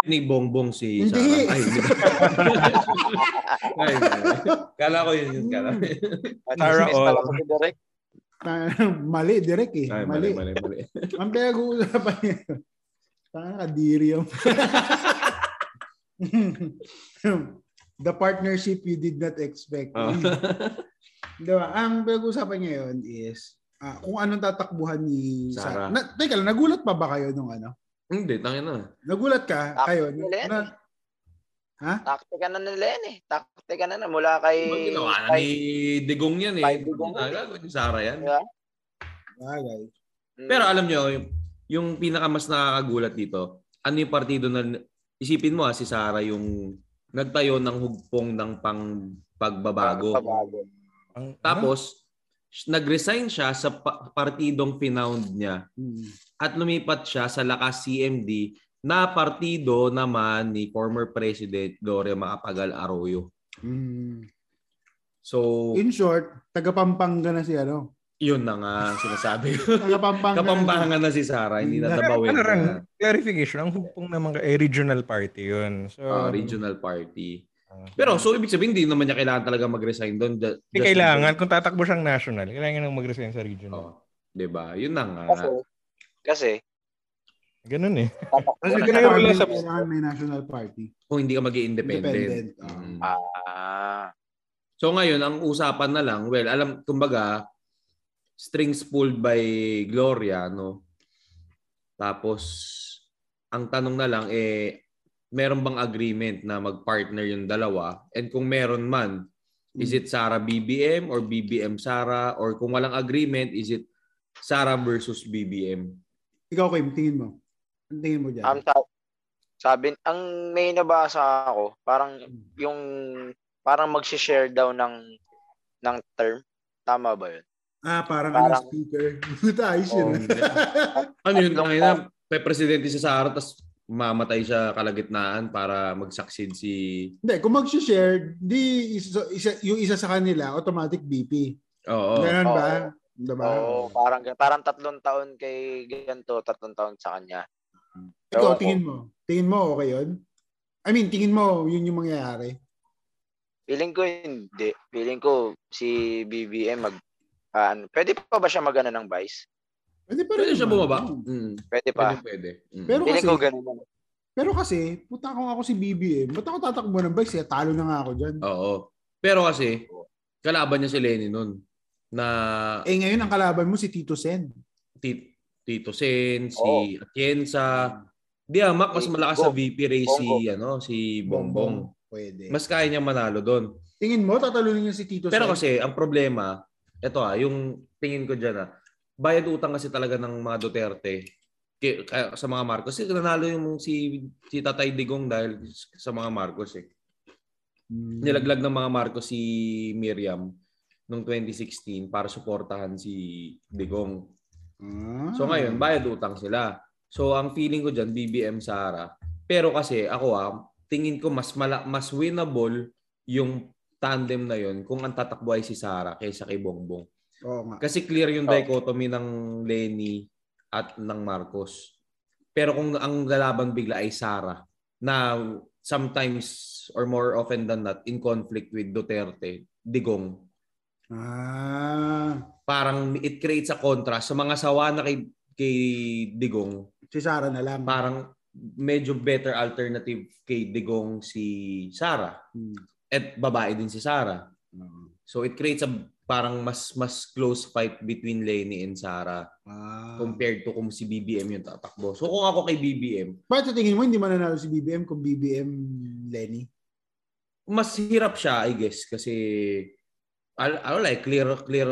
B: ni Bongbong si
C: Hindi.
B: Sarah. Ay, hindi. Ay, kala ko yun. yun, Kala.
C: Hmm.
I: Tara
H: Tara
I: all.
H: all. Si Direk.
C: ta- ah, mali, direct eh.
B: Ay, mali,
C: mali.
B: mali, mali.
C: Ang pinag-uusapan niya, tanga kadiri yung... The partnership you did not expect. Hmm.
B: Ah.
C: Di ba? Ang pinag-uusapan niya yun is, ah, kung anong tatakbuhan ni Sara.
B: Sara.
C: Na, teka lang, nagulat pa ba kayo nung ano?
B: Hindi, tangin na.
C: Nagulat ka
H: Ako,
C: kayo?
H: wala
C: na,
H: Taktika na nila yan eh. Taktika na na mula kay...
B: Diba ginawa na
H: kay-
B: ni Digong yan eh.
H: Ay, Digong.
B: Nagagawa ni Sara yan.
H: Diba?
C: bagay.
H: Mm.
B: Pero alam nyo, yung, yung pinaka mas nakakagulat dito, ano yung partido na, isipin mo ha, si Sara yung nagtayo ng hugpong ng pang pagbabago.
H: Pagbabago.
B: Tapos, nagresign siya sa pa- partidong pinound niya
C: Hmm.
B: at lumipat siya sa lakas CMD na partido naman ni former President Gloria Macapagal Arroyo.
C: Hmm.
B: So,
C: In short, taga-Pampanga na si ano.
B: yun na nga ang sinasabi ko.
C: Taga-Pampanga. na-
B: Kapampangan na si Sara, hindi na
I: Pero
B: tabawin
I: ano rin,
B: na
I: clarification, ang hugpong naman ka- eh, regional party yun. So,
B: ah, regional party.
I: ah.
B: Pero so ibig sabihin hindi naman niya kailangan talaga mag-resign doon. Ju-
I: Hindi
B: just-
I: kailangan, kung tatakbo siyang national, kailangan nang mag-resign sa regional.
B: Oh, 'di ba? Yun na nga.
H: Kasi, kasi,
I: Ganun eh.
H: tatakbo
I: Kasi
H: na-
I: ganun wala sa-
C: Kailangan may national party.
B: Kung hindi ka mag-independent.
C: Independent, ah.
B: Mm.
H: Ah.
B: So ngayon ang usapan na lang, well, alam kumbaga strings pulled by Gloria, no. Tapos ang tanong na lang eh meron bang agreement na mag-partner yung dalawa? And kung meron man, is
C: Hmm.
B: it Sara BBM or BBM Sara or kung walang agreement, is it Sara versus BBM?
C: Ikaw, Kim, tingin mo. Ang tingin mo dyan.
H: Ang sa- sabi, ang may nabasa ako, parang
C: Mm.
H: yung parang magsi-share daw ng ng term. Tama ba 'yun?
C: ah, parang,
H: parang-
C: ano, speaker. Puta, ayos yun.
B: Oh,
C: ah.
B: hindi. ano yun?
H: Tatlong
B: Ay, na, may presidente si Sara, tapos mamatay siya kalagitnaan para mag-succeed si...
C: Hindi, kung mag-share, di isa, isa- yung isa sa kanila, automatic BP.
B: Oo.
C: Ganun ba?
H: Oo.
C: Diba?
H: Oo, parang parang tatlong taon kay ganito, tatlong taon sa kanya.
C: Ikaw,
H: Ewan ko.
C: tingin mo. Tingin mo, okay yun? I mean, tingin mo, yun yung mangyayari.
H: Feeling ko hindi. Feeling ko si BBM mag ah, ano, pwede pa ba siya magana ng vice?
C: Pwede pa
B: Pwede
C: rin
B: siya
C: naman.
B: bumaba.
C: Oo.
B: Mm.
H: Pwede
B: Pwede,
H: pa.
B: pwede. Mm.
C: Pero
H: Feeling
C: kasi,
H: ko ganun. lang.
C: pero kasi, puta kung ako si BBM, ba't ako tatakbo ng bike? Siya, talo na nga ako dyan.
B: Oo. Pero kasi, kalaban niya si Lenny nun. Na
C: Eh ngayon ang kalaban mo si Tito Sen.
B: Ti- Tito Sen, si
H: Oo.
B: Atienza. Di ah, Mac, mas
H: Si
B: malakas sa VP race si,
H: Bongbong.
B: ano, si Bongbong.
C: Pwede.
B: Mas kaya niya manalo doon.
C: Tingin mo, tatalunin niya si Tito
B: Pero
C: Sen.
B: kasi, ang problema, eto ah, yung tingin ko dyan ah, bayad utang kasi talaga ng mga Duterte ki- kaya- sa mga Marcos. Kasi nanalo yung si, si Tatay Digong dahil sa mga Marcos eh.
C: Hmm.
B: Nilaglag ng mga Marcos si Miriam noong 2016 para suportahan si Digong.
C: Ah.
B: So ngayon, bayad utang sila. So ang feeling ko diyan BBM Sara. Pero kasi ako ah, tingin ko mas mala- mas winnable yung tandem na yon kung ang tatakbo ay si Sara kaysa kay Bongbong.
C: Oo nga.
B: Kasi clear yung
H: Oh.
B: dichotomy ng Lenny at ng Marcos. Pero kung ang lalaban bigla ay Sara na sometimes or more often than not in conflict with Duterte, Digong,
C: Ah,
B: Parang it creates a contrast. Sa mga sawa na kay, kay Digong,
C: si Sarah na lang.
B: parang medyo better alternative kay Digong si Sarah.
C: Hmm.
B: At babae din si Sarah. So it creates a parang mas mas close fight between Lenny and Sarah
C: Ah.
B: compared to kung si BBM yung tatakbo. So kung ako kay BBM,
C: Bakit sa tingin mo hindi mananalo si BBM kung BBM Lenny?
B: mas hirap siya I guess kasi al- ano like clear clear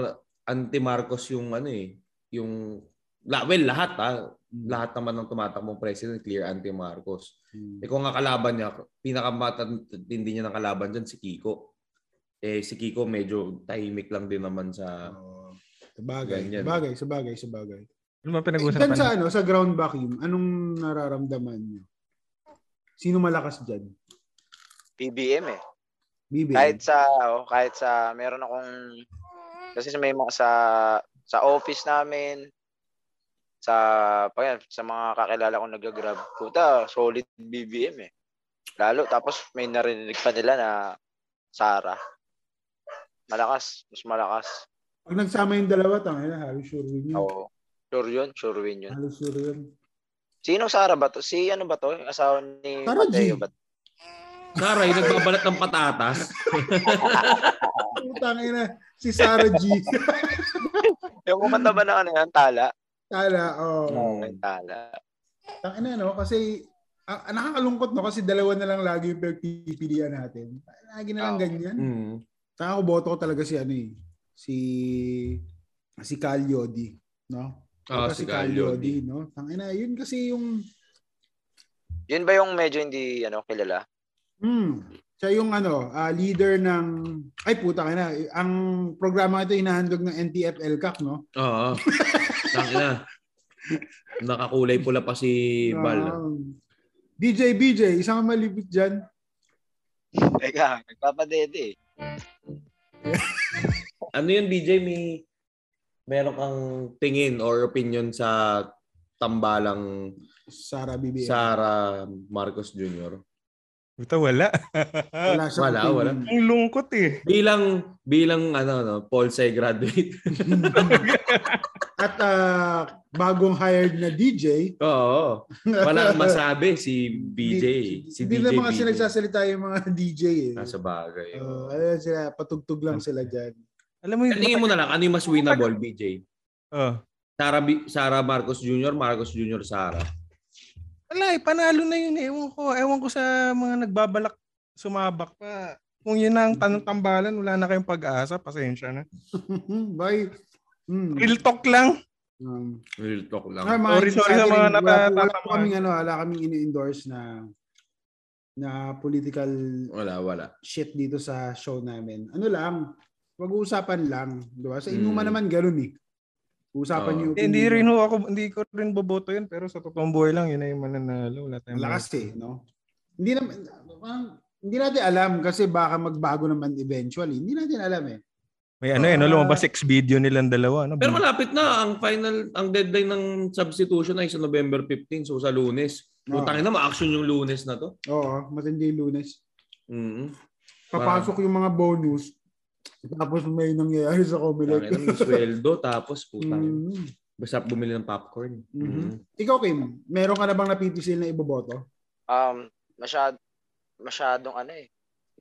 B: anti Marcos yung ano eh yung la, well lahat ah lahat naman ng tumatakbong president clear anti Marcos.
C: Hmm.
B: Eh kung ang kalaban niya pinakamatindi niya ng kalaban diyan si Kiko. Eh si Kiko medyo tahimik lang din naman sa
C: Oo. Sabagay,
B: ah. Ganyan.
C: sabagay, sabagay, sabagay.
I: Ano ba
C: Dyan
I: pinag-uusapan?
C: sa, ano, sa ground vacuum, anong nararamdaman niyo? Sino malakas dyan?
H: PBM eh.
C: BBM?
H: Kahit sa oh, kahit sa meron akong kasi sa may mga sa sa office namin sa pa yan, sa mga kakilala kong nag-grab puta solid BBM eh. Lalo tapos may narinig pa nila na Sara. Malakas, mas malakas.
C: Pag nagsama yung dalawa, tangay na, halos sure win yun.
H: Oo. Sure yun, sure win yun.
C: Halos sure yun.
H: Sinong Sara ba to? Si ano ba to? Yung asawa ni
C: Sara G.
H: Mateo ba? to?
B: Sarah, yung nagbabalat ng patatas.
C: Putang ina, si Sarah G.
H: Yung kumanta ba na ano yan? Tala?
C: Tala, oh.
H: Ay,
B: Hmm.
H: tala.
C: Tang ina, no? Kasi, ang, ang nakakalungkot, no? Kasi dalawa na lang lagi yung pagpipilian natin. Lagi na lang
H: Oo.
C: ganyan.
B: Mm.
C: Saka ako boto ko talaga si ano eh. Si si Cal Yodi, no?
B: Ah,
C: Boto
B: si Cal Yodi.
C: no? Tangina, yun kasi yung
H: Yun ba yung medyo hindi ano kilala?
C: Hmm. Siya yung ano, ah, leader ng ay puta ka na. Ang programa ito hinahandog ng NTFL CAC, no?
B: Oo. Tang na. Nakakulay pula pa si Bal.
C: Ah, DJ BJ, isang malibit diyan.
H: Teka, nagpapadede eh.
B: Ano yun, BJ? May meron kang tingin or opinion sa tambalang
C: Sara BBM.
B: Sara Marcos Jr.
I: Puta, wala.
C: wala, siyang
B: Wala,
C: opinion.
B: wala.
I: Ang lungkot eh.
B: Bilang bilang ano no, Paul Say graduate.
C: At ah, bagong hired na DJ.
B: Oo. Wala nang masabi si BJ.
C: Di-
B: Si
C: di
B: DJ.
C: naman kasi
B: BJ.
C: nagsasalita yung mga DJ eh.
B: Nasa bagay.
C: Oh, ano sila, patugtog lang sila dyan.
I: Alam mo yung...
B: Tingin mo na lang, ano yung mas winnable, BJ?
I: Oh.
B: Sara, B- Sara Marcos Jr., Marcos Jr. Sara.
I: Wala eh, panalo na yun eh. Ewan ko, ewan ko sa mga nagbabalak sumabak pa. Kung yun ang tanong tambalan, wala na kayong pag-asa, pasensya na.
C: Bye. Hmm.
I: Real talk lang.
C: Um,
B: Real talk lang.
C: Ah,
I: Sorry,
C: mga-
I: sorry sa mga
C: wala- wala,
I: natatamaan.
C: kaming ano, wala kaming ini-endorse na na political
B: Wala, wala.
C: shit dito sa show namin. Ano lang, pag-uusapan lang, 'di ba? Sa
B: Mm.
C: inuman naman ganoon eh. Usapan
B: Oo.
C: niyo.
I: Eh, hindi rin ho ako, hindi ko rin boboto yun, pero sa totoong buhay lang, yun na yung mananalo. Wala tayong
C: lakas eh, no? Hindi naman parang, hindi natin alam kasi baka magbago naman eventually. Hindi natin alam eh.
I: May ano eh, no,
C: Ah.
I: lumabas six video nilang dalawa. ano, No?
B: Pero malapit na ang final, ang deadline ng substitution ay sa November 15, so sa lunes.
C: Oo.
B: Putangin na, ma-action yung lunes na to.
C: Oo, matindi yung lunes.
B: Mm-hmm.
C: Papasok yung mga bonus. Tapos may nangyayari sa
B: Putangin na,
C: Comelec.
B: may sweldo, tapos putangin.
C: Mm.
B: Basta bumili ng popcorn.
C: Mhm.
B: Mhm.
C: Ikaw, Kim, meron ka na bang napipisil na iboboto?
H: Um, masyad masyadong ano eh.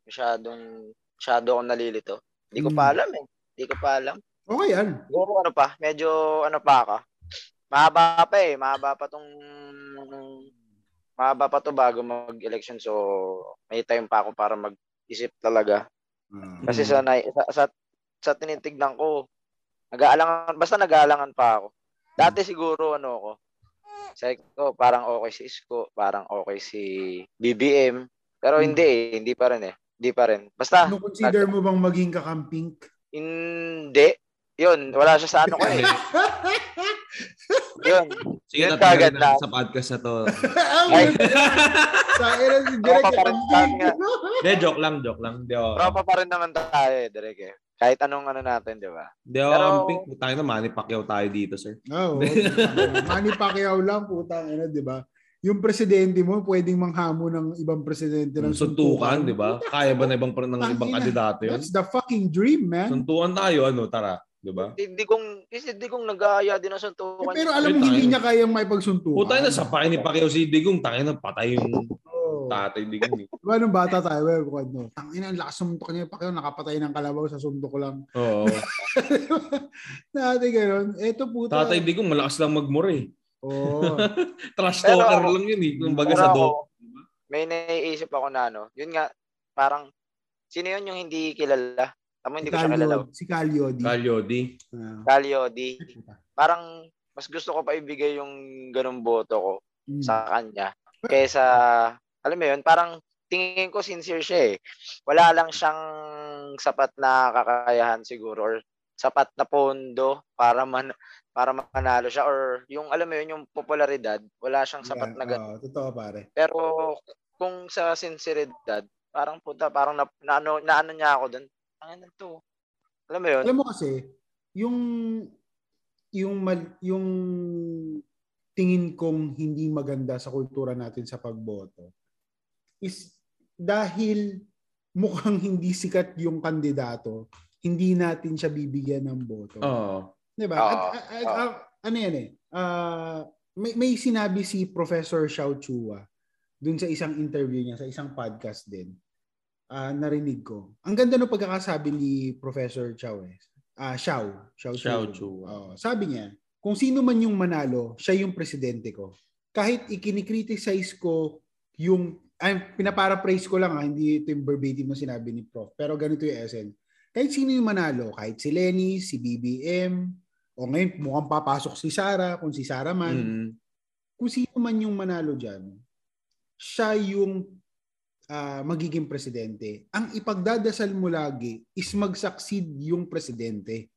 H: Masyadong masyado akong nalilito. Hindi ko
C: Mm.
H: pa alam eh. Hindi ko pa alam.
C: Okay yan.
H: Siguro ano pa, medyo ano pa ako. Mahaba pa eh, mahaba pa tong mahaba pa to bago mag-election so may time pa ako para mag-isip talaga. Kasi
C: Mm.
H: sa, nai- sa sa sa tinitignan ko, nag-aalangan basta nag-aalangan pa ako. Dati
C: Mm.
H: siguro ano ako. Sabi ko, parang okay si Isko, parang okay si BBM.
C: Mm.
H: Pero hindi eh, hindi pa rin eh. Hindi pa rin. Basta,
C: Ano consider mo bang maging kakamping?
H: hindi. Yun, wala siya sa ano ko eh. Yun.
B: Sige,
H: Yun
B: tatanggalin
H: kagad
B: natin
H: na.
B: sa podcast na to.
C: Ay, sa era si Direk
H: Tropa pa rin
C: kakamping.
H: tayo
B: Hindi, joke lang, joke lang. Hindi ako.
H: Tropa pa rin naman tayo eh, Derek eh. Kahit anong ano natin, di ba?
B: Hindi ako
H: Pero-
B: kamping. Putangin na, Manny Pacquiao tayo dito, sir.
C: Oo. Manny Pacquiao lang, putang ina, di ba? yung presidente mo pwedeng manghamon ng ibang presidente ng
B: Suntukan, di ba? Kaya ba na ibang, ng ibang kandidato yun?
C: That's the fucking dream, man.
B: Suntukan tayo, ano, tara. Di ba?
H: Hindi kong, kasi hindi kong nag-aaya din ang suntukan.
C: Eh, pero alam mo,
B: Ay, tayo.
C: hindi niya kayang maipagsuntukan.
B: Putay na, sa ni Pacquiao si Digong, tayo na, patay yung
C: Oo.
B: tatay Digong. eh.
C: Diba nung bata tayo, well, kung ano, ang ina, ang lakas sumtok niya, pakyo, nakapatay ng kalabaw sa sundok ko lang.
B: Oo.
C: Dati ganun, eto puta.
B: Tatay Digong, malakas lang magmura eh.
C: Oo.
B: Trash
H: Pero
B: talker
H: ako-
B: lang yun eh. Kung baga
H: Pero
B: sa
H: ako,
B: do.
H: May naiisip ako na ano. Yun nga, parang, sino yun yung hindi kilala? Tama, hindi ko siya kilala.
C: Calio, si Calio D.
B: Kalyodi.
C: Ah.
H: Calio, di. Parang, mas gusto ko pa ibigay yung ganung boto ko
C: Mm.
H: sa kanya. Kaysa, alam mo yun, parang tingin ko sincere siya eh. Wala lang siyang sapat na kakayahan siguro or sapat na pondo para man para manalo siya or yung alam mo yun yung popularidad wala siyang sapat
C: Yeah,
H: na ganun.
C: oo, totoo pare.
H: Pero kung sa sinceridad, parang puta, parang na, na, ano, na ano niya ako doon. Ang ano to? Alam mo yun?
C: Alam mo kasi, yung yung mal- yung tingin kong hindi maganda sa kultura natin sa pagboto is dahil mukhang hindi sikat yung kandidato, hindi natin siya bibigyan ng boto.
B: Oo.
C: 'Di ba?
H: Oo,
C: At, at- at-
H: oo.
C: at- ano 'yan eh. ah, may may sinabi si Professor Xiao Chua dun sa isang interview niya sa isang podcast din. Ah, narinig ko. Ang ganda ng pagkakasabi ni Professor Xiao eh. Ah, Xiao, Xiao,
B: Xiao
C: Chua.
B: Chua.
C: Oo, sabi niya, kung sino man yung manalo, siya yung presidente ko. Kahit ikinikriticize ko yung ay, pinaparaphrase ko lang ha, hindi ito yung verbatim na sinabi ni Prof. Pero ganito yung essence kahit sino yung manalo, kahit si Lenny, si BBM, o ngayon mukhang papasok si Sara, kung si Sara man,
B: Mm.
C: kung sino man yung manalo dyan, siya yung ah, magiging presidente. Ang ipagdadasal mo lagi is mag-succeed yung presidente.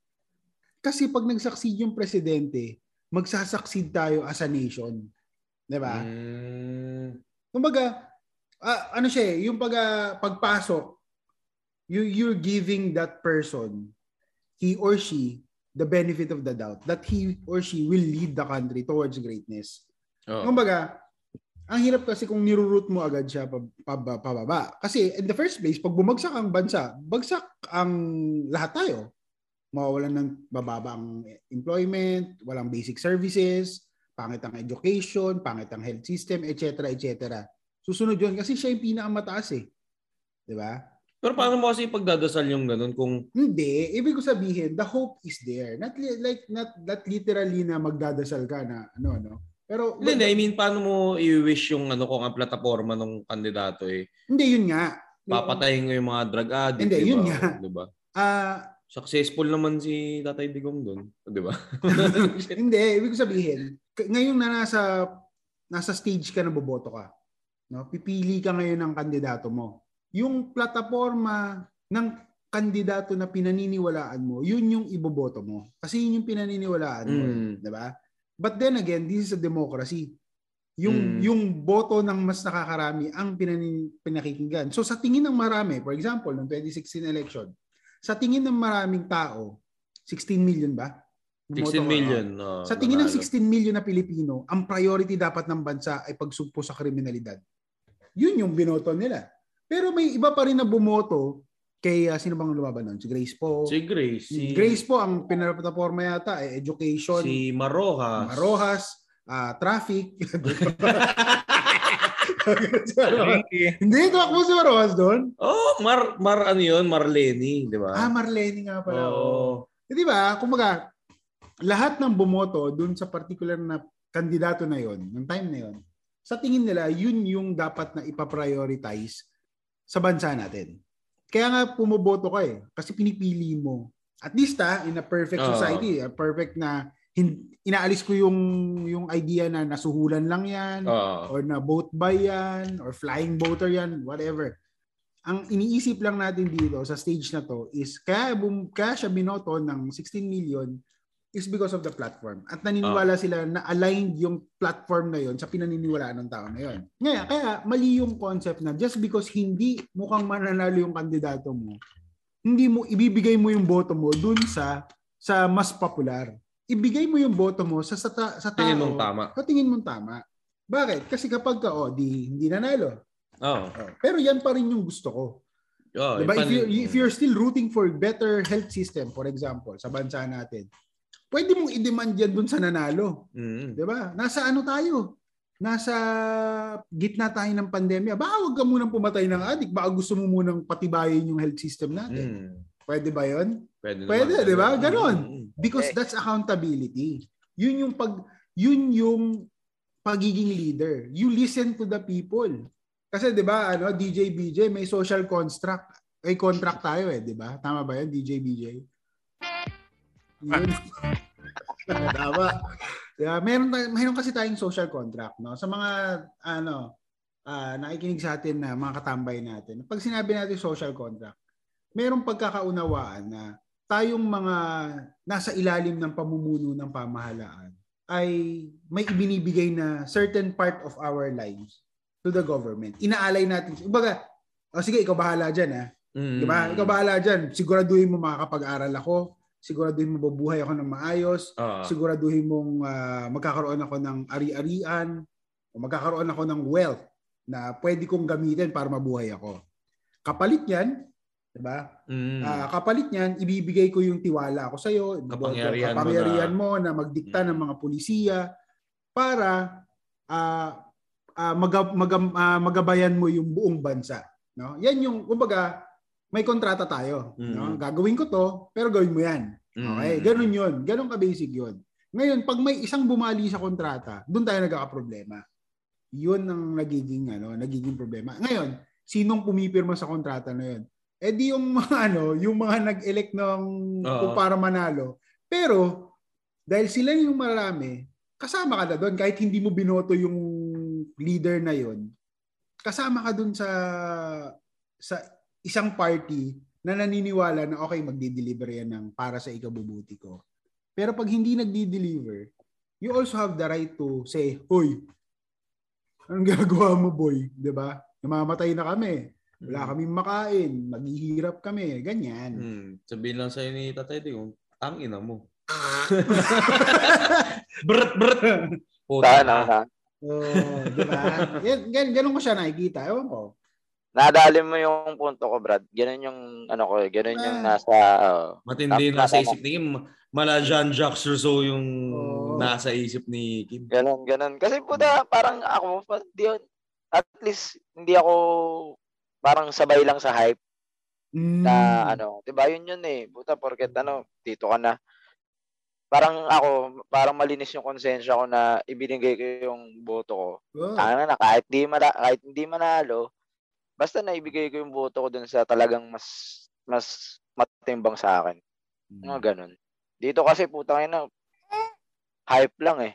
C: Kasi pag nag-succeed yung presidente, magsasucceed tayo as a nation. 'Di
B: Hmm.
C: ba?
B: Mm.
C: Kumbaga, ah, ano siya eh, yung pag, ah, pagpasok, you, you're giving that person, he or she, the benefit of the doubt that he or she will lead the country towards greatness.
B: Oo.
C: Kumbaga, ang hirap kasi kung niruroot mo agad siya pa- pa- pababa. Kasi in the first place, pag bumagsak ang bansa, bagsak ang lahat tayo. Mawawalan ng bababa ang employment, walang basic services, pangit ang education, pangit ang health system, etc. etc. Susunod yun kasi siya yung pinakamataas eh. Di ba?
B: Pero paano mo kasi pagdadasal yung ganun kung
C: Hindi, ibig ko sabihin, the hope is there. Not li- like not not literally na magdadasal ka na ano ano. Pero
B: Hindi, hindi. I mean, paano mo i-wish yung ano kung ang plataforma ng kandidato eh?
C: hindi yun nga.
B: Papatayin ko yung mga drug addict,
C: Hindi,
B: di
C: yun
B: ba?
C: nga.
B: Di ba?
C: Ah,
B: Successful naman si Tatay Digong doon, di ba?
C: Hindi, ibig ko sabihin, k- ngayong na nasa, nasa stage ka na boboto ka, no? pipili ka ngayon ng kandidato mo. Yung plataforma ng kandidato na pinaniniwalaan mo, yun yung iboboto mo. Kasi yun yung pinaniniwalaan mo.
B: Mm.
C: di ba? But then again, this is a democracy. Yung,
B: Mm.
C: yung boto ng mas nakakarami ang pinanin, pinakikinggan. So sa tingin ng marami, for example, ng 2016 election, sa tingin ng maraming tao, 16 million ba?
B: 16
C: Bumoto ka,
B: million. oh,
C: sa tingin ng
B: nanalo.
C: 16 million na Pilipino, ang priority dapat ng bansa ay pagsugpo sa kriminalidad. Yun yung binoto nila. Pero may iba pa rin na bumoto kay ah, sino bang lumaban nun? Si Grace po.
B: Si Grace. Si,
C: Grace po ang pinapataporma yata eh, education,
B: Si Maroha.
C: Marojas, ah, traffic.
I: Thank
C: Hindi, tumakbo si Marojas doon.
B: Oh, Mar, Mar ano yun? Marleni, di ba?
C: Ah, Marlene nga pala. oo.
B: diba? Oo.
C: Eh, Di ba? Kumaga, lahat ng bumoto dun sa particular na kandidato na yon, ng time na yon, sa tingin nila, yun yung dapat na ipaprioritize sa bansa natin. Kaya nga pumoboto ka eh. Kasi pinipili mo. At least ah, in a perfect
B: Oo.
C: society, a perfect na hin- inaalis ko yung yung idea na nasuhulan lang yan
B: Oo.
C: or na boat by yan or flying boater yan whatever ang iniisip lang natin dito sa stage na to is kaya, bum, kaya siya binoto ng 16 million is because of the platform. At naniniwala sila na aligned yung platform na yon sa pinaniniwalaan ng tao na yon. Ngayon, kaya mali yung concept na just because hindi mukhang mananalo yung kandidato mo, hindi mo ibibigay mo yung boto mo dun sa sa mas popular. Ibigay mo yung boto mo sa sa, ta- sa tao
B: Tingin mong tama.
C: sa tingin mong tama. Bakit? Kasi kapag ka, oh, di, hindi nanalo.
B: Oo.
C: Oh, Pero yan pa rin yung gusto ko.
B: Oo,
C: Diba,
B: ipan-
C: if, you're, if you're still rooting for better health system, for example, sa bansa natin, pwede mong i-demand yan dun sa nanalo.
B: Mm.
C: Diba? Nasa ano tayo? Nasa gitna tayo ng pandemya. Baka huwag ka munang pumatay ng adik. Baka gusto mo munang patibayin yung health system natin.
B: Mm.
C: Pwede ba yon?
B: Pwede,
C: Pwede,
B: naman.
C: di ba? Ganon.
B: Mm.
C: Because
H: Eh.
C: that's accountability. Yun yung pag yun yung pagiging leader. You listen to the people. Kasi 'di ba, ano, DJ BJ may social construct. Ay contract tayo eh, 'di ba? Tama ba 'yan, DJ BJ? Yun. Tama. Yeah, meron tayo, meron kasi tayong social contract, no? Sa mga ano, ah, nakikinig sa atin na mga katambay natin. Pag sinabi natin social contract, merong pagkakaunawaan na tayong mga nasa ilalim ng pamumuno ng pamahalaan ay may ibinibigay na certain part of our lives to the government. Inaalay natin. Kumbaga, oh, sige, ikaw bahala dyan, ha?
B: Mm.
C: Di ba? Diba? Ikaw bahala dyan. Siguraduhin mo makakapag-aral ako. Siguraduhin mo mabubuhay ako ng maayos.
B: Oo.
C: Siguraduhin mong ah, magkakaroon ako ng ari-arian o magkakaroon ako ng wealth na pwede kong gamitin para mabuhay ako. Kapalit yan, di ba?
B: Mm.
C: Ah, kapalit niyan, ibibigay ko yung tiwala ko sa iyo,
B: Kapangyarihan mo
C: kapangyarihan
B: na-
C: mo na magdikta
B: Mm.
C: ng mga pulisiya para ah ah, maga- maga- ah, magabayan mo yung buong bansa, no? Yan yung kumbaga may kontrata tayo,
B: Mm.
C: no? Gagawin ko to, pero gawin mo yan.
B: Mm.
C: Okay, ganun 'yun. Ganun ka basic 'yun. Ngayon, pag may isang bumali sa kontrata, doon tayo nagkakaproblema. 'Yun ang nagiging ano, nagiging problema. Ngayon, sinong pumipirma sa kontrata na 'yun? Eh di yung mga ano, yung mga nag-elect ng
B: Oo.
C: kung para manalo. Pero dahil sila yung marami, kasama ka na doon kahit hindi mo binoto yung leader na 'yon. Kasama ka doon sa sa isang party na naniniwala na okay, magdi-deliver yan ng para sa ikabubuti ko. Pero pag hindi nagdi-deliver, you also have the right to say, Hoy, anong gagawa mo boy? 'Di ba? Namamatay na kami.
H: Mm.
C: Wala kaming makain. Maghihirap kami. Ganyan.
B: Mm. Sabihin lang sa'yo ni Tatay Ding, yung tangin na mo. brut, brut. Puta
H: Sana na.
C: Oh, 'di ba? Yan, gan- ganun ko siya nakikita. Ewan ko.
H: Nadali mo yung punto ko, Brad. Ganun yung, ano ko, eh, ganun yung
C: Ah.
H: nasa, oh,
B: Matindi
H: Tama,
B: na sa
H: tama.
B: isip ni Kim. Mala Jean Jacques Rousseau yung
C: Oo.
B: nasa isip ni Kim.
H: ganun, ganun. Kasi puta, parang ako, pa- di, at least, hindi ako, parang sabay lang sa hype na,
C: Hmm.
H: ano, di ba, yun yun eh. Puta, porket, ano, dito ka na. Parang ako, parang malinis yung konsensya ko na ibinigay ko yung boto ko.
C: Oh.
H: Tanga Ano, na, kahit di, mala- kahit hindi manalo, basta naibigay ko yung boto ko dun sa talagang mas mas matimbang sa akin.
B: Hmm.
H: Mga ganun. Dito kasi putang ina, hype lang eh.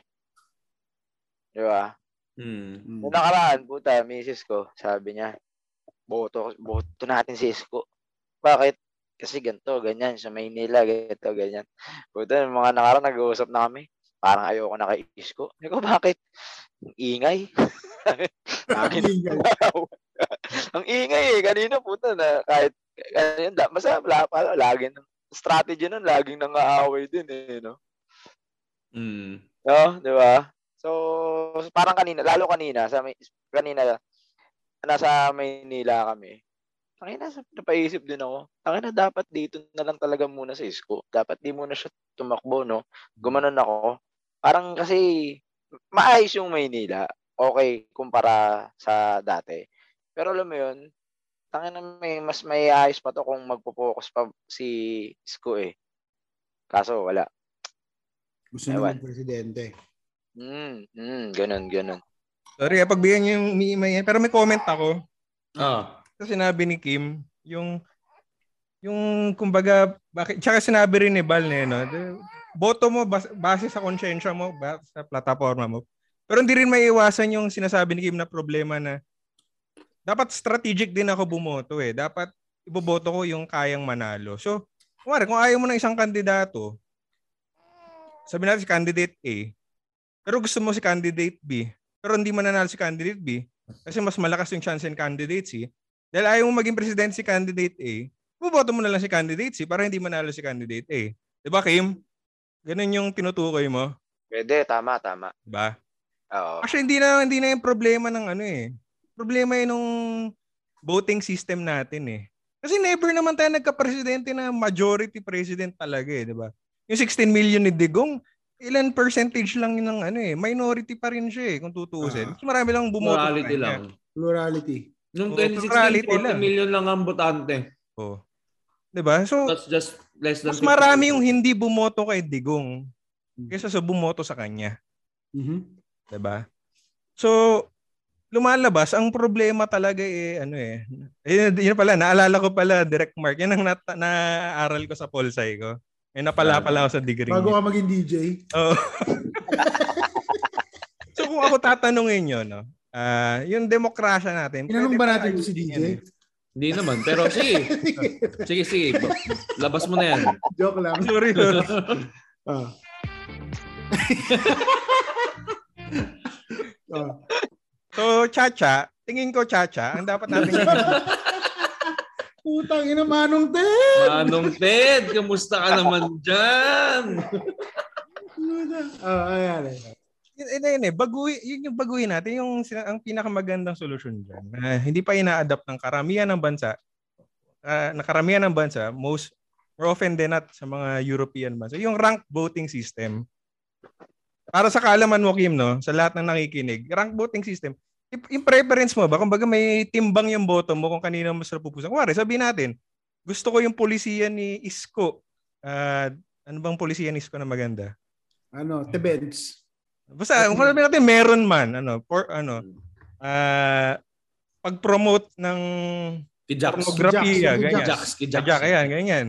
H: Di ba?
B: Mm.
C: Mm.
H: Nung nakaraan, puta, misis ko, sabi niya, boto, boto natin si Isko. Bakit? Kasi ganito, ganyan, sa Maynila, ganito, ganyan. Puta, yung mga nakaraan, nag-uusap na kami. Parang ayoko na kay Isko. Sabi ko, bakit? Ang ingay. Sabi
C: Ang ingay.
H: ang ingay eh. Kanina puta na kahit ano yun, la- basta la, pa- laging strategy nun, laging nangaaway din eh, no?
B: Mm.
H: No, di ba? So, parang kanina, lalo kanina, sa may, kanina, nasa Maynila kami. Ang ina, sa- napaisip din ako. Ang ina, dapat dito na lang talaga muna sa isko. Dapat di muna siya tumakbo, no? Gumanon ako. Parang kasi, maayos yung Maynila. Okay, kumpara sa dati. Pero alam mo yun, tangin na may, mas may ayos pa to kung magpo-focus pa si Isko eh. Kaso wala.
C: Gusto ng
H: Ewan.
C: presidente.
H: Mm, mm, ganun, ganun.
I: Sorry, ah, pagbigyan niyo yung umiimay yan. Pero may comment ako.
B: Ah.
I: Sa sinabi ni Kim, yung yung kumbaga bakit tsaka sinabi rin ni Bal na yun, no? the- boto mo bas, base sa konsensya mo ba, sa plataforma mo pero hindi rin maiiwasan yung sinasabi ni Kim na problema na dapat strategic din ako bumoto eh dapat iboboto ko yung kayang manalo so kumare kung ayaw mo ng isang kandidato sabi natin si candidate A pero gusto mo si candidate B pero hindi mananalo si candidate B kasi mas malakas yung chance in candidate C dahil ayaw mo maging presidente si candidate A buboto mo na lang si candidate C para hindi manalo si candidate A. Diba, 'Di ba, Kim? Ganun yung tinutukoy mo,
H: Pwede, tama, tama.
I: 'di ba?
H: Oo.
I: Actually, hindi na, hindi na yung problema ng ano eh. Problema yun nung voting system natin eh. Kasi never naman tayo nagka-presidente na majority president talaga eh, di ba? Yung 16 million ni Digong, ilan percentage lang yun ng ano eh. Minority pa rin siya eh, kung tutuusin.
C: Ah.
I: Mas marami lang bumoto. sa
B: Morality
I: kanya.
B: lang.
C: Plurality.
B: Noong
I: Oo,
B: 2016,
I: plurality
B: 40
I: lang.
B: million lang ang botante.
I: Oo. Di ba? Oh. Diba? So,
B: That's just less than
I: mas
B: 50%.
I: marami yung hindi bumoto kay Digong kaysa sa bumoto sa kanya.
C: Mhm.
I: 'di ba? So lumalabas ang problema talaga eh ano eh. Ayun, yun pala naalala ko pala direct mark. Yan ang nata- naaral ko sa polsci ko. Eh napala pala ako sa degree.
C: Ah. Bago
I: niya.
C: ka maging DJ.
I: Oo. so kung ako tatanungin yun, no. ah, yung demokrasya natin.
C: Tinanong
I: pwede
C: ba natin
I: ayusin
C: si
I: yan
C: DJ?
I: eh.
B: Hindi naman. Pero sige. sige, sige. Labas mo na yan.
C: Joke lang.
I: Sorry, sorry.
C: Ah. Ah.
I: So, Chacha, tingin ko Chacha, ang dapat natin
C: Putang ina manong te.
B: Manong Ted, kamusta ka naman dyan?
C: Ah, ayan. eh.
I: yun, yun, yun eh, baguhin, yun yung baguhin natin, yung sina- ang pinakamagandang solusyon dyan. na hindi pa ina-adapt ng karamihan ng bansa, ah, na karamihan ng bansa, most, more often than not sa mga European bansa, yung ranked voting system. Para sa kaalaman mo, Kim, no, sa lahat ng nakikinig, ranked voting system, i- yung preference mo ba, kung baga may timbang yung boto mo kung kanino mas napupusan. Kumari, sabihin natin, gusto ko yung polisiya ni Isko. Ah, ano bang polisiya ni Isko na maganda?
C: Ano, Tebens.
I: Basta, kung sabihin natin meron man, ano, for, ano, ah pag-promote ng
B: Kijax.
I: pornografiya,
C: Jackson,
I: ganyan.
B: Kijax. Kijax.
I: Ajak, ayan, ganyan.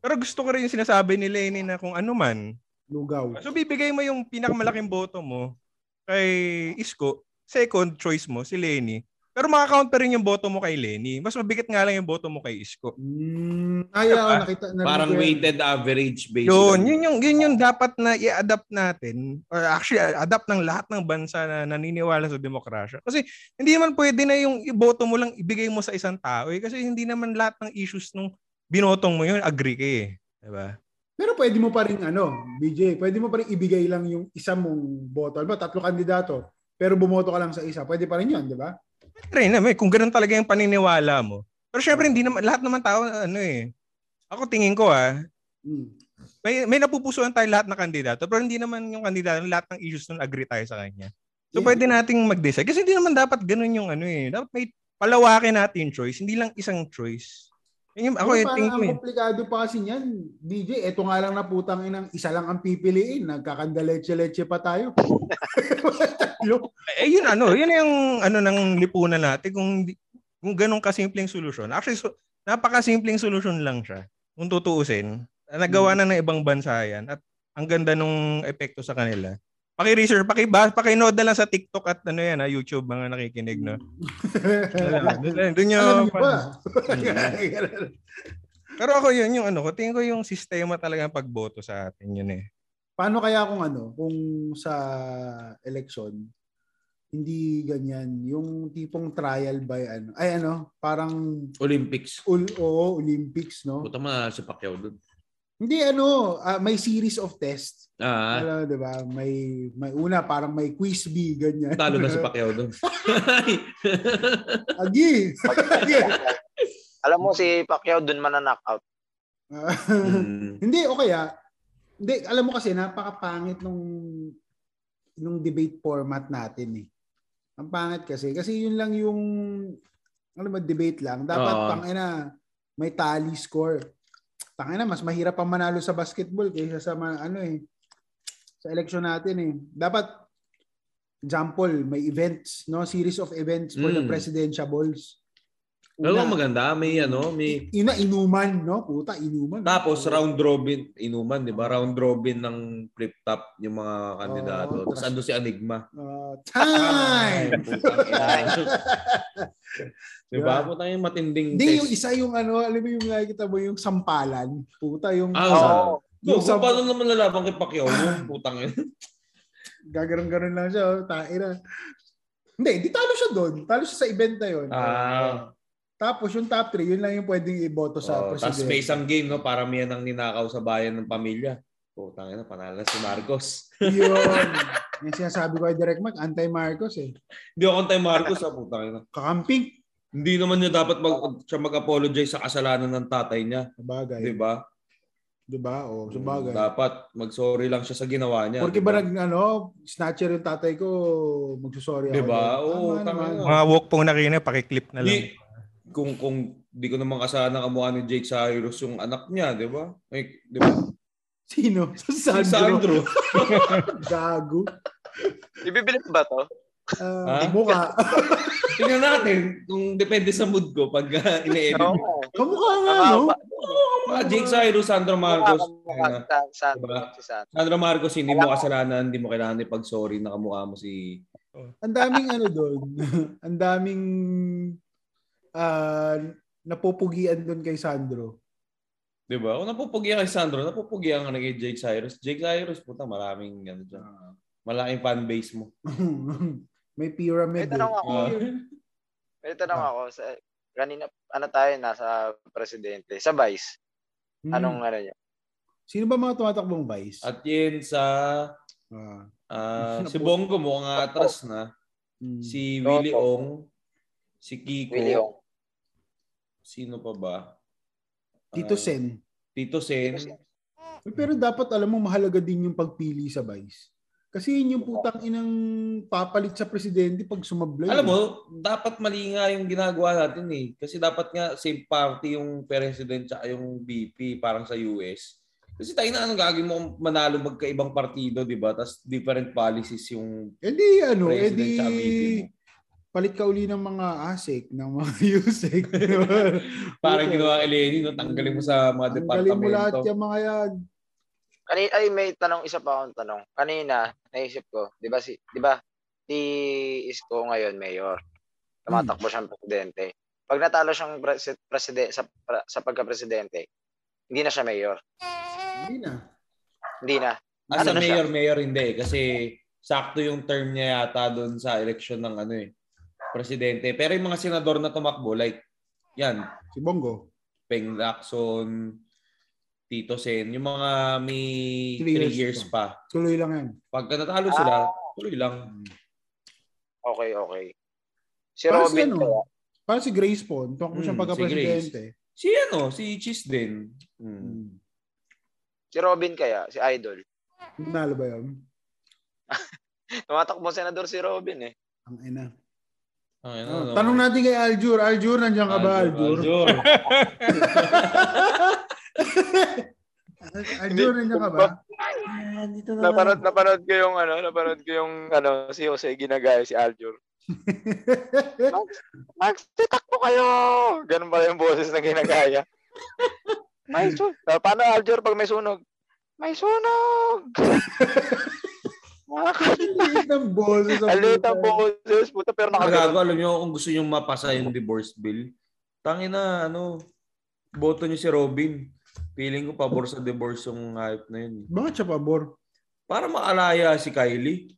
I: Pero gusto ko rin yung sinasabi ni Lenny na kung ano man.
C: Lugaw.
I: So, bibigay mo yung pinakamalaking boto mo kay Isko. Second choice mo, si Lenny. Pero makakount pa rin yung boto mo kay Lenny. Mas mabigat nga lang yung boto mo kay Isko.
C: Mm, ay, ah, nakita na
B: Parang weighted average basically.
I: Yun, yun yung, yun yung dapat na i-adapt natin or actually adapt ng lahat ng bansa na naniniwala sa demokrasya. Kasi hindi naman pwede na yung iboto mo lang ibigay mo sa isang tao eh, kasi hindi naman lahat ng issues nung binotong mo yun agree ka eh. Diba?
C: Pero pwede mo pa rin ano, BJ, pwede mo pa rin ibigay lang yung isa mong boto. Ba, tatlo kandidato. Pero bumoto ka lang sa isa. Pwede pa rin yun, di ba?
I: Try na, may, kung ganun talaga yung paniniwala mo. Pero syempre hindi naman lahat naman tao ano eh. Ako tingin ko ah,
C: Mm.
I: may may napupusuan tayo lahat ng kandidato pero hindi naman yung kandidato lahat ng issues nun agree tayo sa kanya. So
C: Yeah.
I: pwede nating mag-decide kasi hindi naman dapat ganun yung ano eh. Dapat may palawakin natin yung choice, hindi lang isang choice. Yun yung, ako
C: Pero
I: yung
C: parang
I: tingin ko
C: ang
I: eh.
C: komplikado pa kasi niyan, BJ. Eto nga lang na putang inang isa lang ang pipiliin. Nagkakandaleche-leche pa tayo. Tatlo.
I: Eh yun ano, yun yung ano ng lipunan natin kung hindi- kung ganun kasimpleng solusyon. Actually so, napakasimpleng solusyon lang siya. Kung tutuusin, nagawa na ng ibang bansa yan at ang ganda nung epekto sa kanila. Paki-research, paki-ba, paki-nood na lang sa TikTok at ano yan, ah, YouTube mga nakikinig no. Doon doon yung-
C: Alam niyo ba?
I: Pero ako yun yung ano ko, tingin ko yung sistema talaga ng pagboto sa atin yun eh.
C: Paano kaya kung ano, kung sa election, hindi ganyan, yung tipong trial by ano, ay ano, parang
B: Olympics.
C: ul, oo, Olympics, no?
B: Puta man, si Pacquiao doon.
C: Hindi ano, ah, may series of tests.
B: Ah,
C: Ano, 'di ba? May may una parang may quiz bee ganyan.
B: talo na si Pacquiao doon.
C: Agi.
H: Alam mo si Pacquiao dun man na knockout.
B: Hmm.
C: Hindi, o kaya, hindi, alam mo kasi, napakapangit nung, nung debate format natin eh. Ang pangit kasi, kasi yun lang yung, alam mo, debate lang. Dapat,
B: Oo.
C: tangina, may tally score. Tangina, mas mahirap pang manalo sa basketball kaysa sa, mga ano eh, sa election natin eh. Dapat, example, may events, no? Series of events for the
B: Mm.
C: presidential balls.
B: Pero ang maganda, may ano, may...
C: Ina, inuman, no? Puta, inuman.
B: Tapos round robin, inuman, di ba? Round robin ng flip-top yung mga kandidato.
C: Oo.
B: Tapos ando si Enigma.
C: Uh, time!
B: Putang ina. Di ba? Putang ina, Diba? matinding
C: Hindi, yung isa yung ano, alam mo yung nakikita mo, yung sampalan. Puta, yung
B: Ah,
H: Oo.
B: oo. No,
C: Yung
B: kung
C: sa-
B: paano naman lalaban kay Pacquiao? Yung putang ina.
C: gagarang-garan lang siya. Oh, tae na. Hindi, di talo siya doon. Talo siya sa event na yun.
B: Ah.
C: Tapos yung top 3, yun lang yung pwedeng iboto sa
B: Oh, tapos may
C: presidente.
B: isang game, no? Para may ang ninakaw sa bayan ng pamilya. Putang ina, panalo si Marcos.
C: yun. Yung sinasabi ko ay Direct Mark, anti-Marcos eh.
B: Hindi ako kantay Marcos, ah, puta na.
C: Kakamping.
B: Hindi naman niya dapat mag, siya mag-apologize sa kasalanan ng tatay niya.
C: Sabagay.
B: Di Mm, ba?
C: Di ba? O, sabagay.
B: Dapat mag-sorry lang siya sa ginawa niya. diba?
C: Porque
B: di
C: ba nag, ano, snatcher yung tatay ko, magsusorry ako.
B: Di ba? Oo,
C: Tama
B: tama
C: naman.
B: nga.
I: Mga walk pong na kayo na, pakiclip na lang.
B: Di, kung kung di ko naman kasalanan ang kamukha ni Jake Cyrus yung anak niya, di ba? Ay, diba? di ba?
C: Sino? Si
B: Si
C: Sandro.
B: Sandro.
C: Gago.
H: Ibibilip ba to?
C: Ah,
B: Ha?
C: mukha.
B: Tingnan natin kung depende sa mood ko pag uh, ine-edit.
H: Oo.
C: Kamukha nga, no?
H: Nakaka-
B: Mga Jake Cyrus, Sandro Marcos.
H: Nakakamukha
B: Ayun na.
H: sa- sa-
B: Diba?
H: si Sandro.
B: Sandro Marcos, hindi mo kasalanan, hindi mo kailangan ipag-sorry na kamukha mo si...
C: Ang daming ano doon. Ang daming ah, napupugian doon kay Sandro.
B: Di ba? O napupugian kay Sandro, napupugian ka na kay Jake Cyrus. Jake Cyrus, puta, maraming ano dyan. Malaking fanbase mo.
C: May pyramid.
H: May
C: eh.
H: tanong ako.
B: Ah.
H: May tanong ako. Sa, kanina, ano tayo, nasa presidente. Sa vice.
C: Hmm.
H: Anong ano niya?
C: Sino ba mga tumatakbong vice?
B: At yun sa...
C: Ah,
B: ah, si Bongo mukhang atras na.
C: mm.
B: Si Willie
H: Opo.
B: Ong. Si Kiko.
H: Willie Ong.
B: Sino pa ba?
C: Tito
B: Ah,
C: Sen.
B: Tito Sen.
H: Tito Sen.
C: Uy, Pero dapat alam mo, mahalaga din yung pagpili sa vice. Kasi yun yung putang inang papalit sa presidente pag sumablay.
B: Alam mo, dapat mali nga yung ginagawa natin eh. Kasi dapat nga same party yung president at yung VP parang sa US. Kasi tayo na anong gagawin mo kung manalo magkaibang partido, di ba? Tapos different policies yung
C: Eh di, ano, eh
B: president
C: di,
B: at VP mo.
C: palit ka uli ng mga ASIC, ng mga USIC.
B: Parang ginawa kay Lenin, no? tanggalin mo sa mga
C: Ang
B: departamento.
C: galing mo lahat yung mga yan.
H: Kani ay may tanong isa pa akong tanong. Kanina naisip ko, 'di ba si 'di ba? Si Isko ngayon mayor.
B: Hmm.
H: Tumatakbo siyang presidente. Pag natalo siyang presi- presidente sa pra- sa pagka-presidente, hindi na siya mayor.
C: Hindi na.
H: Hindi na.
B: As a
H: Ano na siya?
B: mayor, mayor hindi. Kasi sakto yung term niya yata doon sa election ng ano eh, presidente. Pero yung mga senador na tumakbo, like, yan,
C: Si Bongo.
B: Peng Lacson, Tito Sen, yung mga may
C: Three
B: 3 years,
C: years Ah.
B: pa.
C: Tuloy lang yan.
B: Pagka natalo sila,
H: Ah.
B: tuloy lang.
H: Okay, okay. Si
C: Para si,
H: Robin
C: ano,
H: kaya.
C: para si Grace Pon, tuwak mo siyang
B: Mm,
C: pagka-presidente.
B: Si ano, si Cheese din. Mm.
C: Hmm.
H: Si Robin kaya, si Idol.
C: Nalo ba yun?
H: Tumatakbo senador si Robin eh.
C: Ang ina.
B: Ang ina,
C: Oh,
B: ano? diba?
C: tanong natin kay Aljur. Aljur, nandiyan ka ba, Aljur?
B: Aljur.
C: Aljur, nandiyan ka ba? Ah.
H: Napanood, napanood ko yung ano, napanood ko yung ano, si Jose ginagaya si Aljur. Max, Max, titakbo kayo! Ganun pala yung boses na ginagaya. may sunog. Paano Aljur pag may sunog? May sunog!
C: Ang liit ng boses. ang
H: Alit ang
C: puta.
H: boses, puta, pero
B: Ang gago,
H: nakagano.
B: alam nyo, kung gusto nyo mapasa yung divorce bill, tangin na, ano, boto nyo si Robin. Feeling ko pabor sa divorce yung hype na yun.
C: Bakit siya pabor?
B: Para maalaya si Kylie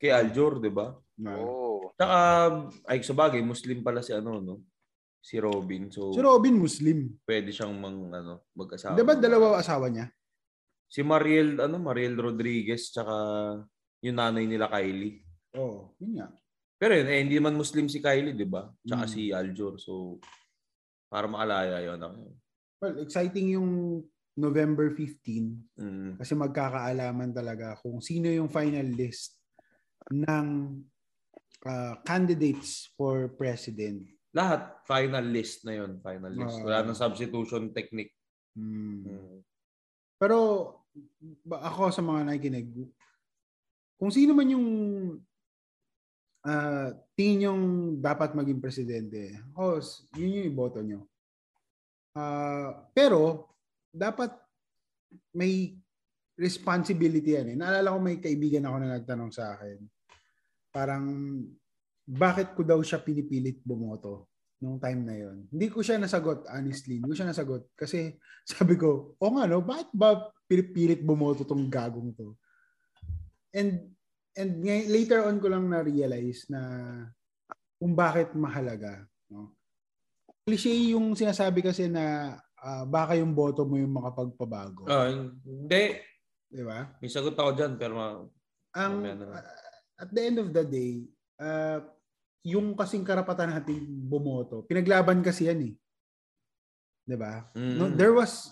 B: kay Aljur, di ba?
H: Oh.
B: Tsaka, ay, sa bagay, Muslim pala si ano, no? Si Robin. So,
C: Si Robin, Muslim.
B: pwede siyang mang, ano, mag-asawa.
C: Di ba dalawa asawa niya?
B: Si Mariel, ano, Mariel Rodriguez, tsaka yung nanay nila Kylie.
C: Oo, yun nga.
B: Pero yun, eh, hindi man Muslim si Kylie, di ba?
C: Mm.
B: Tsaka si Aljur. So, para maalaya yun. Ano.
C: Well, exciting yung November 15
B: Mm.
C: kasi magkakaalaman talaga kung sino yung final list ng ah, candidates for president.
B: Lahat, final list na yun. Final list.
C: Ah.
B: Wala nang substitution technique.
C: Hmm.
B: Mm.
C: Pero ba- ako sa mga nakikinig, kung sino man yung ah, tingin yung dapat maging presidente, oh, s- yun yung iboto nyo. Ah, pero, dapat may responsibility yan eh. Naalala ko may kaibigan ako na nagtanong sa akin. Parang, bakit ko daw siya pinipilit bumoto nung time na yon. Hindi ko siya nasagot, honestly. Hindi ko siya nasagot. Kasi sabi ko, o nga no, bakit ba pilit-pilit bumoto tong gagong to? And and ngay- later on ko lang na-realize na kung bakit mahalaga. No? Cliche yung sinasabi kasi na ah, baka yung boto mo yung makapagpabago.
B: Ah, hindi.
C: Di ba?
B: May sagot ako dyan, pero ma-
C: ang ah,
B: Mamaya na lang.
C: at the end of the day, uh, yung kasing karapatan natin bumoto, pinaglaban kasi yan eh. 'Di ba?
B: Mm.
C: No, there was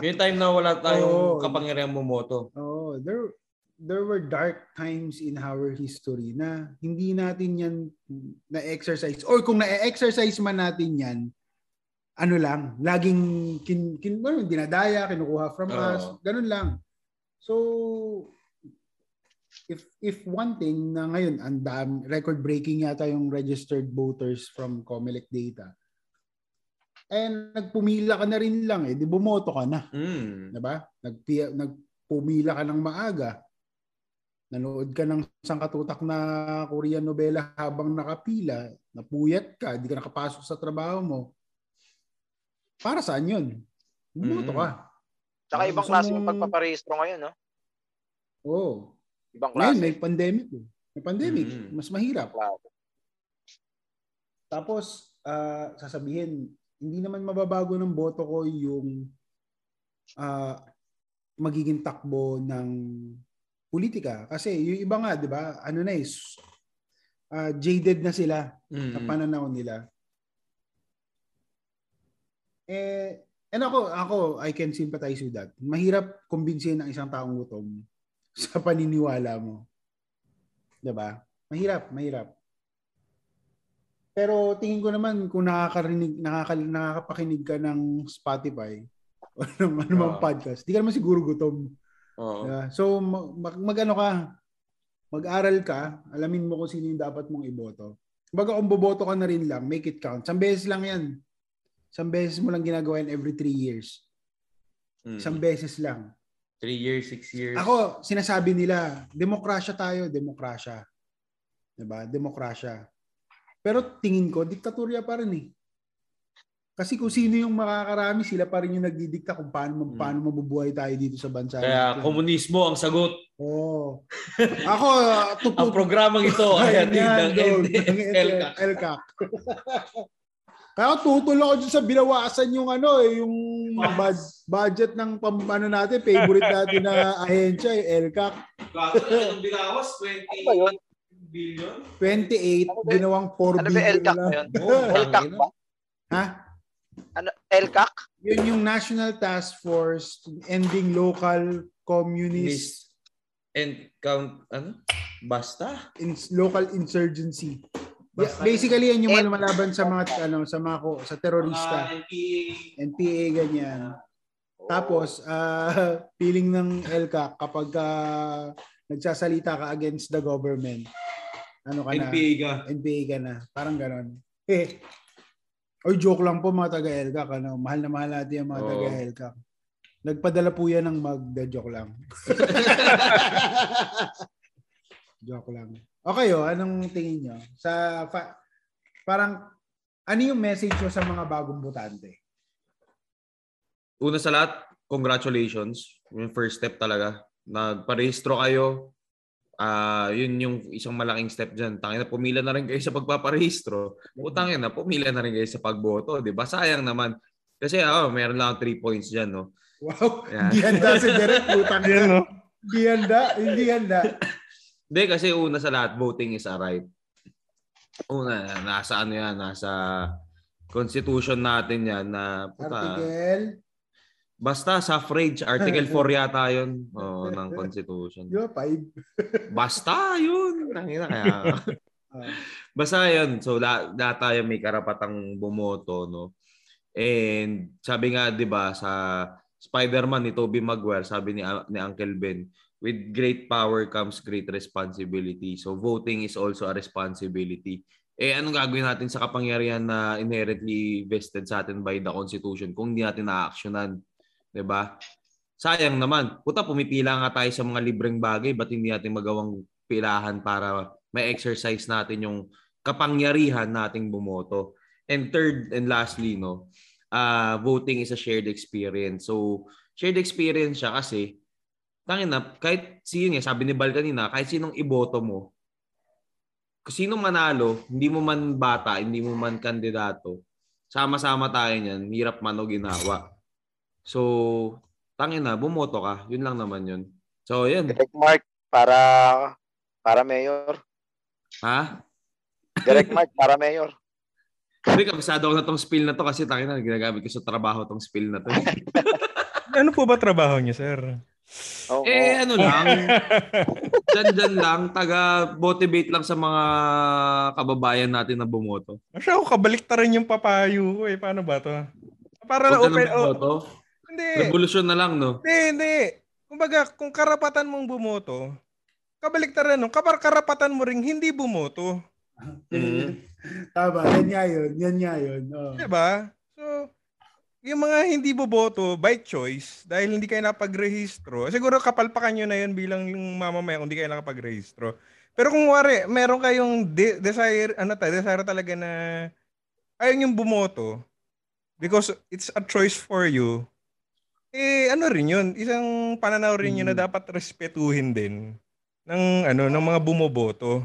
B: May time na wala
C: Oo.
B: tayong kapangyarihang bumoto.
C: oh, there there were dark times in our history na hindi natin yan na-exercise or kung na-exercise man natin yan, ano lang, laging kin, kin, ano, dinadaya, kinukuha from
B: Oo.
C: us, ganun lang. So, if if one thing na ngayon, ang dam- record-breaking yata yung registered voters from COMELEC data, and nagpumila ka na rin lang eh, di bumoto ka na.
B: Mm.
C: 'di ba? Nagpi- nagpumila ka ng maaga. Nanood ka ng isang katutak na Korean novela habang nakapila, napuyat ka, hindi ka nakapasok sa trabaho mo. Para saan 'yun? Bumoto
B: Mm.
C: ka.
H: Tsaka
C: Ang
H: ibang
C: gusto
H: klase yung
C: mong-
H: pagpaparehistro ngayon, no?
C: Oo.
H: Ibang
C: Ngayon
H: klase.
C: may pandemic. eh. May pandemic,
B: Mm.
C: mas mahirap.
H: Klase.
C: Tapos, ah, sasabihin, hindi naman mababago ng boto ko yung ah, magiging takbo ng politika. Kasi yung iba nga, di ba, ano na eh, s- ah, jaded na sila
B: Mm.
C: sa pananaw nila. Eh, and ako, ako, I can sympathize with that. Mahirap kumbinsihin ang isang taong gutom sa paniniwala mo. 'Di ba? Mahirap, mahirap. Pero tingin ko naman kung nakakarinig, nakakal, nakakapakinig ka ng Spotify o ng anumang
B: Oo.
C: podcast, di ka naman siguro gutom.
B: Oo.
C: Yeah. So mag, mag- mag-ano ka, mag-aral ka, alamin mo kung sino yung dapat mong iboto. Baga kung boboto ka na rin lang, make it count. Isang beses lang yan. Isang beses mo lang ginagawa yan every three years.
B: Mm.
C: Isang beses lang.
B: Three years, six years.
C: Ako, sinasabi nila, demokrasya tayo, demokrasya. 'Di ba? Demokrasya. Pero tingin ko, diktatorya pa rin eh. Kasi kung sino yung makakarami, sila pa rin yung nagdidikta kung paano,
B: Mm.
C: paano mabubuhay tayo dito sa bansa.
B: Kaya
C: natin.
B: komunismo ang sagot.
C: Oo. Ako,
B: Ang
C: tupod
B: programang ito ay
C: Ayan,
B: hatid ng
C: dog, ng
B: NDL ka.
C: LCAC. Kaya tutol ako dyan sa binawasan yung ano eh, yung bud- budget ng pam, ano natin, favorite natin na ahensya, eh, yung LCAC.
B: Ang binawas, 20
H: Ano ba yun?
B: billion?
C: 28,
H: Ano ba-
C: ginawang 4
H: Ano ba
C: billion
H: LCAC
C: na.
H: na yun?
B: Oo,
H: LCAC ba?
C: Ha?
H: Ano, LCAC?
C: Yun yung National Task Force Ending Local Communist
B: And count, ano? Basta?
C: ins- local insurgency. Yeah,
B: Basta-
C: basically yan yung
H: Eh,
C: lumalaban sa mga ano sa mga ko- sa terorista. NPA ganyan. Tapos, ah, feeling ng LCAC kapag ah, nagsasalita ka against the government, ano ka na,
B: NPA ka.
C: NPA ka na. Parang ganon. Eh, oy, joke lang po mga taga-LCAC. Ano, mahal na mahal natin yung mga
B: Oo.
C: taga-LCAC. Nagpadala po yan ng Magda. Joke lang. joke lang. O kayo, anong tingin nyo? Sa, fa- parang, ano yung message nyo sa mga bagong butante?
B: Una sa lahat, congratulations. Yung first step talaga. Nagparehistro kayo. Ah, yun yung isang malaking step diyan. Tangina pumila na rin kayo sa pagpaparehistro. Utang na pumila na rin kayo sa pagboto, 'di ba? Sayang naman. Kasi ah, meron lang 3 points diyan, no.
C: Wow,
B: Yan.
C: hindi handa si Derek. Putang
I: Yan,
C: ina.
I: no?
C: Hindi handa, hindi handa.
B: Hindi, kasi una sa lahat, voting is a right. Una, nasa ano yan, nasa constitution natin yan na puta,
C: Article,
B: basta suffrage, article 4 yata yun oh, ng constitution.
C: di ba, five?
B: Basta yun. Tangina kaya.
C: Ah.
B: Basta yun. So la, lahat tayo may karapatang bumoto, no. And sabi nga 'di ba sa Spider-Man ni Tobey Maguire, sabi ni ah, ni Uncle Ben, with great power comes great responsibility. So voting is also a responsibility. Eh anong gagawin natin sa kapangyarihan na inherently vested sa atin by the Constitution kung hindi natin na-actionan? 'Di ba? sayang naman. Puta, pumipila nga tayo sa mga libreng bagay. Ba't hindi natin magawang pilahan para may exercise natin yung kapangyarihan nating bumoto. And third and lastly, no, ah voting is a shared experience. So, shared experience siya kasi, tangin na, kahit, si yun nga, sabi ni Bal kanina, kahit sinong iboto mo, kung sino manalo, hindi mo man bata, hindi mo man kandidato, sama-sama tayo niyan, hirap man o ginawa. So, tangin na, bumoto ka. Yun lang naman yun. So, yun.
H: Check mark. para para mayor.
B: Ha?
H: Direct Mark para mayor.
B: Hindi, kabisado ako na tong spill na to kasi tangin na, ginagamit ko sa trabaho tong spill na to.
I: Ano po ba trabaho niyo, sir?
H: Oo.
B: eh, ano lang, dyan-dyan lang, taga-motivate lang sa mga kababayan natin na bumoto.
I: Masya ako, kabalik ta rin yung papayo ko eh. Paano ba to? Para
B: Huwag ka
I: open,
B: nang
I: oh, Eh.
B: bumoto.
I: hindi.
B: Revolusyon na lang, no?
I: Hindi, hindi. Kumbaga, kung karapatan mong bumoto, kabaliktaran no, kapag karapatan mo ring hindi bumoto,
H: Mm-hmm.
C: Tama, yan nga yun. Yan nga yun. Oh.
I: 'di ba? Diba? So, yung mga hindi boboto by choice dahil hindi kayo napagrehistro, siguro kapalpakan nyo na yun bilang yung mamamaya kung hindi kayo nakapagrehistro. Pero kung wari, meron kayong de- desire, ano ta, desire talaga na ayaw yung bumoto because it's a choice for you, eh ano rin yun, isang pananaw rin yun na dapat respetuhin din ng ano ng mga bumoboto.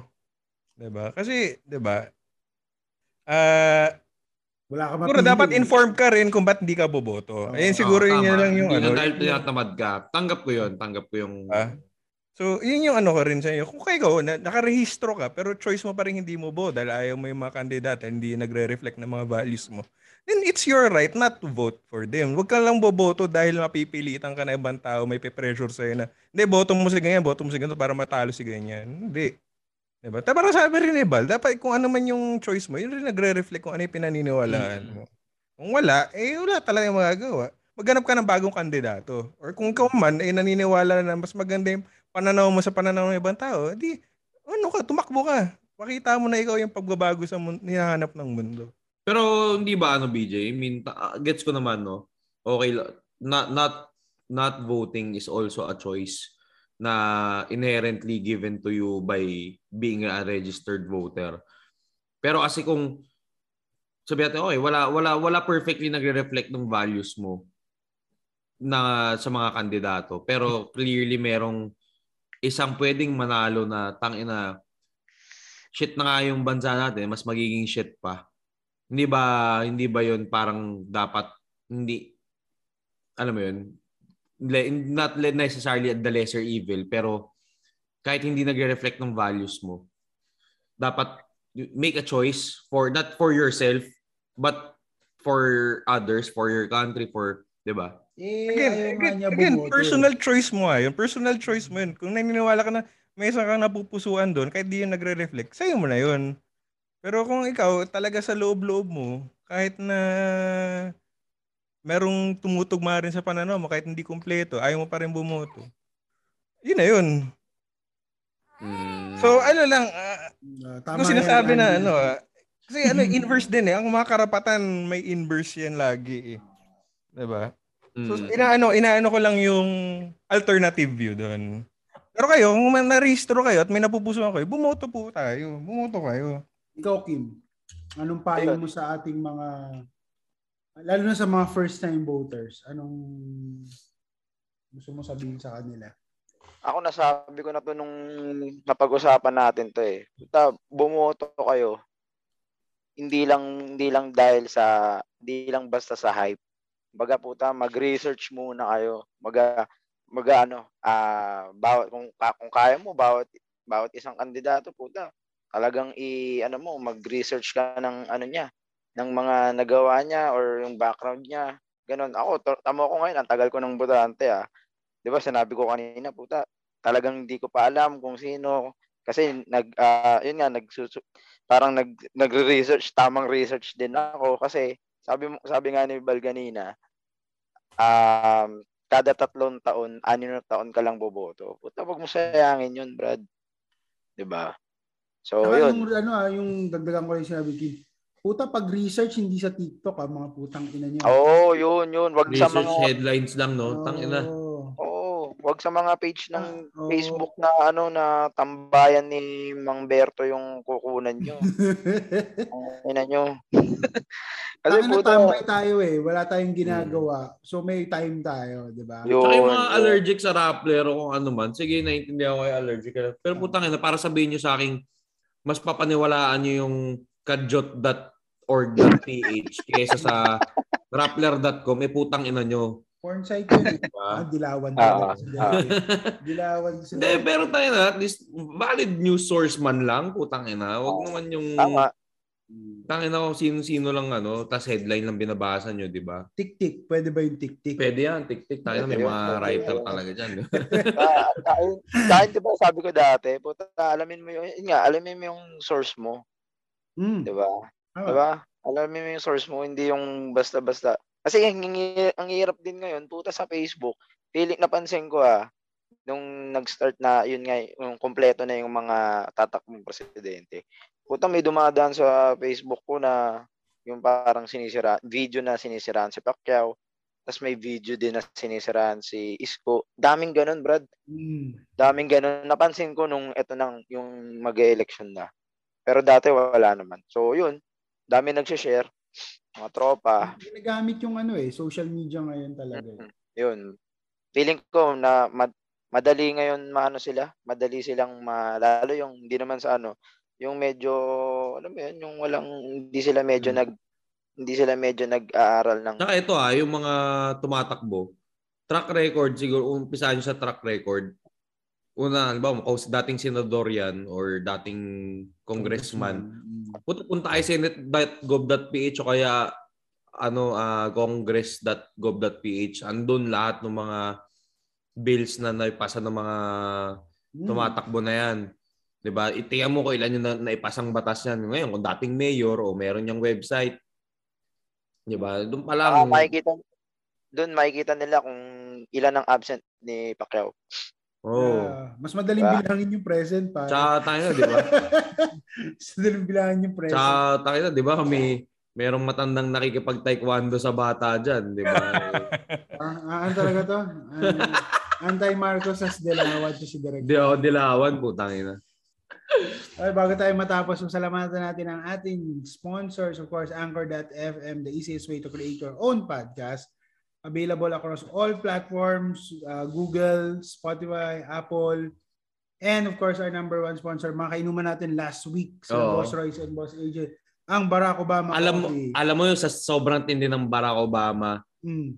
I: 'Di ba? Kasi 'di ba? Ah,
C: Wala ka
I: Siguro
C: mapili.
I: dapat informed ka rin kung ba't hindi ka
C: Oo.
I: boboto. Ayun
B: Ah,
I: siguro yun yun
B: tama.
I: lang yung
B: Hindi
I: ano.
B: na dahil tinatamad ka. Tanggap ko yun. Tanggap ko yung...
I: Ah. So, yun yung ano ko rin sa iyo. Kung kayo, na, nakarehistro ka, pero choice mo pa rin hindi mo boto dahil ayaw mo yung mga kandidato, hindi nagre-reflect ng mga values mo. Then it's your right not to vote for them. Huwag ka lang boboto dahil mapipilitan ka na ibang tao, may pe-pressure sa'yo na, hindi, boto mo si ganyan, boto mo si ganito para matalo si ganyan. Hindi. Diba? Tapos parang sabi rin ni Bal, dapat kung ano man yung choice mo, yun rin nagre-reflect kung ano yung pinaniniwalaan
B: Mm.
I: mo. Kung wala, eh wala talaga yung magagawa. Maghanap ka ng bagong kandidato. Or kung ikaw man, eh naniniwala na mas maganda yung pananaw mo sa pananaw ng ibang tao, di, ano ka, tumakbo ka. Pakita mo na ikaw yung pagbabago sa mun- hinahanap ng mundo.
B: Pero hindi ba ano BJ? I mean, ta- ah, gets ko naman no. Okay, la- not not not voting is also a choice na inherently given to you by being a registered voter. Pero kasi kung sabi natin, okay, wala wala wala perfectly nagre-reflect ng values mo na sa mga kandidato. Pero clearly merong isang pwedeng manalo na tangina shit na nga yung bansa natin, mas magiging shit pa. Hindi ba hindi ba 'yon parang dapat hindi alam mo 'yun? le- Not le- necessarily the lesser evil pero kahit hindi nagre-reflect ng values mo, dapat you- make a choice for not for yourself but for others, for your country, for 'di ba?
C: Eh,
I: Again,
C: ayaw nga
I: again,
C: niya
I: again,
C: bumoto.
I: personal choice mo ah. Yung personal choice mo yun. Kung naniniwala ka na may isang kang napupusuan doon, kahit di yun nagre-reflect, sa'yo mo na yun. Pero kung ikaw talaga sa loob-loob mo, kahit na merong tumutugma rin sa pananaw mo, kahit hindi kumpleto, ayaw mo pa rin bumoto. Yun na yun.
B: Mm.
I: So ano lang, ah,
C: Ah, tama
I: Kung sinasabi
C: yan.
I: na ano, ah, kasi ano, inverse din eh. Ang mga karapatan, may inverse yan lagi eh. Diba? So,
B: Mm.
I: inaano, inaano ko lang yung alternative view doon. Pero kayo, kung man- na-rehistro kayo at may napupusuan kayo, bumoto po tayo. Bumoto kayo.
C: Ikaw, Kim, anong payo
H: Ayun.
C: mo sa ating mga, lalo na sa mga first-time voters, anong gusto mo sabihin sa kanila?
H: Ako nasabi ko na to nung napag-usapan natin to eh. Puta, bumoto kayo. Hindi lang hindi lang dahil sa hindi lang basta sa hype. Baga puta, mag-research muna kayo. Maga maga ano, ah bawat kung ka- kung kaya mo bawat bawat isang kandidato puta. Talagang i ano mo, mag-research ka ng ano niya, ng mga nagawa niya or yung background niya. Ganon. Ako, to- tamo ko ngayon, ang tagal ko ng botante ah. 'di ba sinabi ko kanina puta talagang hindi ko pa alam kung sino kasi nag ah, yun nga nagsusu parang nag nagre-research tamang research din ako kasi sabi mo sabi nga ni Bal kanina um kada tatlong taon anim na taon ka lang boboto puta wag mo sayangin yun brad 'di ba so
C: Saka
H: Oh, yun
C: yung, ano, ah, yung dagdagan ko yung sinabi, Kim, puta, pag research, hindi sa TikTok, ah, mga putang ina niyo.
H: oh yun yun wag sa
B: Research
H: mga
B: headlines lang no, Oh, tangina.
C: Oo.
H: Oo, wag sa mga page ng
B: Ah,
C: Oo.
H: Facebook na ano na tambayan ni Mang Berto yung kukunan nyo. Ang Ina nyo. Kasi
C: Tangina,
H: puta,
C: tambay tayo eh. Wala tayong
B: Hmm.
C: ginagawa. So may time tayo, di ba?
H: Yun.
B: Tsaka yung mga
H: yun.
B: allergic sa Rappler o kung ano man, sige, naiintindihan ko yung allergic. Pero
H: Ah.
B: putang ina, para sabihin nyo sa akin, mas papaniwalaan nyo yung kajot.org.ph kaysa sa rappler.com, eh putang ina nyo.
C: Porn site yun. eh.
H: Diba?
C: Ah, dilawan talaga. dilawan
B: Hindi,
C: sila.
B: pero tayo na, at least valid news source man lang, putang ina. Huwag naman yung...
H: Tama.
B: Tangin na kung sino-sino lang ano, tas headline lang binabasa nyo, di ba?
C: Tik-tik. Pwede ba yung tik-tik?
B: Pwede yan, tik-tik. Tayo na, may
H: Pwede
B: mga
H: yan.
B: writer talaga dyan. di ba?
H: Ah, dahil, dahil diba sabi ko dati, puta, alamin mo yung, yun nga, alamin mo yung source mo,
C: Mm.
H: di ba?
C: Ah.
H: Di ba? Alamin mo yung source mo, hindi yung basta-basta. Kasi ang, hingi- ang hirap din ngayon, puta sa Facebook, feeling napansin ko ah, nung nag-start na, yun nga, yung kompleto na yung mga tatakbong presidente. Puta, may dumadaan sa Facebook ko na yung parang sinisira, video na sinisiraan si Pacquiao, tapos may video din na sinisiraan si Isko. Daming ganun, Brad.
C: Mm.
H: Daming ganun. Napansin ko nung eto nang yung mag election na. Pero dati wala naman. So yun, dami nagsishare. Mga
C: Ah.
H: tropa.
C: Ginagamit yung ano eh, social media ngayon talaga. eh.
H: Yun. Feeling ko na mad- madali ngayon maano sila. Madali silang ma- lalo yung hindi naman sa ano. Yung medyo, alam mo yun, yung walang, hindi sila medyo nag, hindi sila medyo nag-aaral ng,
B: Tsaka ito ah, yung mga tumatakbo, track record, siguro, umpisa nyo sa track record. Una, alam ba, dating senador yan or dating congressman.
C: Mm.
B: Punta, punta kay senate.gov.ph o kaya ano, ah, congress.gov.ph. Andun lahat ng mga bills na naipasa ng mga
C: Mm.
B: tumatakbo na yan. 'Di ba? Itiyan mo kung ilan yung na- naipasang batas yan. Ngayon, kung dating mayor o meron yung website, 'di ba? Doon pa lang
H: Ah, makikita, doon makikita nila kung ilan ang absent ni Pacquiao.
B: Oh.
C: Ah, mas madaling
H: Diba?
C: bilangin yung present pa.
B: Tsaka tayo na, 'di ba?
C: mas madaling bilangin yung present.
B: Tsaka tayo na, 'di ba? May merong matandang nakikipag-taekwondo sa bata diyan, 'di ba?
C: Ah, ah, ano talaga to? Ano- Anti-Marcos as Delawa to si Direk.
B: Di ako dilawan, putang ina.
C: Ay, bago tayo matapos, masalamatan natin ang ating sponsors. Of course, Anchor.fm, the easiest way to create your own podcast. Available across all platforms, uh, Google, Spotify, Apple, and of course, our number one sponsor, mga kainuman natin last week sa
B: Oo.
C: Boss Royce and Boss AJ, ang Barack Obama
B: Alam mo,
C: Coffee.
B: alam mo 'yung sa sobrang tindi ng Barack Obama,
C: Mm.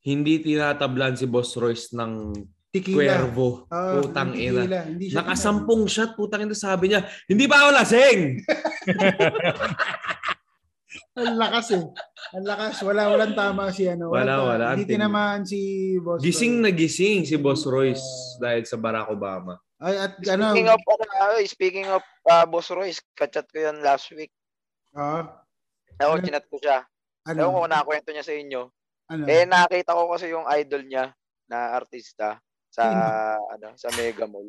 B: hindi tinatablan si Boss Royce ng
C: Tequila.
B: Cuervo.
C: Ah,
B: Putang
C: hindi
B: ina.
C: tequila, Hindi siya
B: Nakasampung shot, putang ina sabi niya, hindi pa ako lasing!
C: Ang lakas eh. Ang lakas. Wala, walang tama si ano.
B: Wala,
C: Walang tama.
B: wala.
C: Hindi tinamaan si Boss.
B: Gising
C: Roy.
B: na gising si Boss Royce dahil sa Barack Obama.
C: Ay, at ano.
H: Speaking of, ano, ah, speaking of ah, Boss Royce, kachat ko yan last week.
C: Ah,
H: Ako,
C: Ano?
H: chinat ko siya.
C: ano,
H: Ewan ko kung nakakwento niya sa inyo.
C: ano.
H: Eh, nakita ko kasi yung idol niya na artista sa,
C: Sino?
H: ano, sa Mega Mall.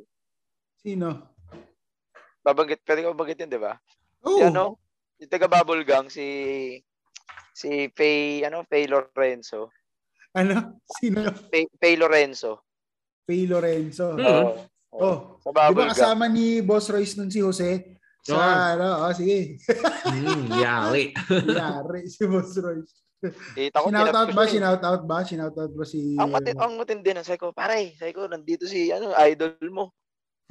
C: Sino?
H: Babanggit, pwede ko babanggit yun, di ba?
C: Oh,
H: Si ano, yung taga Bubble Gang, si, si Faye, ano, Faye Lorenzo.
C: ano? Sino?
H: Faye, Faye Lorenzo.
C: Pay Lorenzo.
B: Hmm.
H: Oo. Oo.
C: Hmm. Oh,
H: sa
C: di
H: Bubble
C: ba
H: Gang.
C: kasama ni Boss Royce nun si Jose? Sa,
B: Sure.
C: ano, oh, sige.
B: Hmm, yawi.
C: Yari si Boss Royce.
H: Kita ko,
C: Sinout
H: kinat
C: out
H: ko
C: ba?
H: siya eh.
C: Sinout out ba? Sinout out ba si...
H: Ang mati ang matindi ng sabi ko, pare, sabi ko, nandito si ano, idol mo.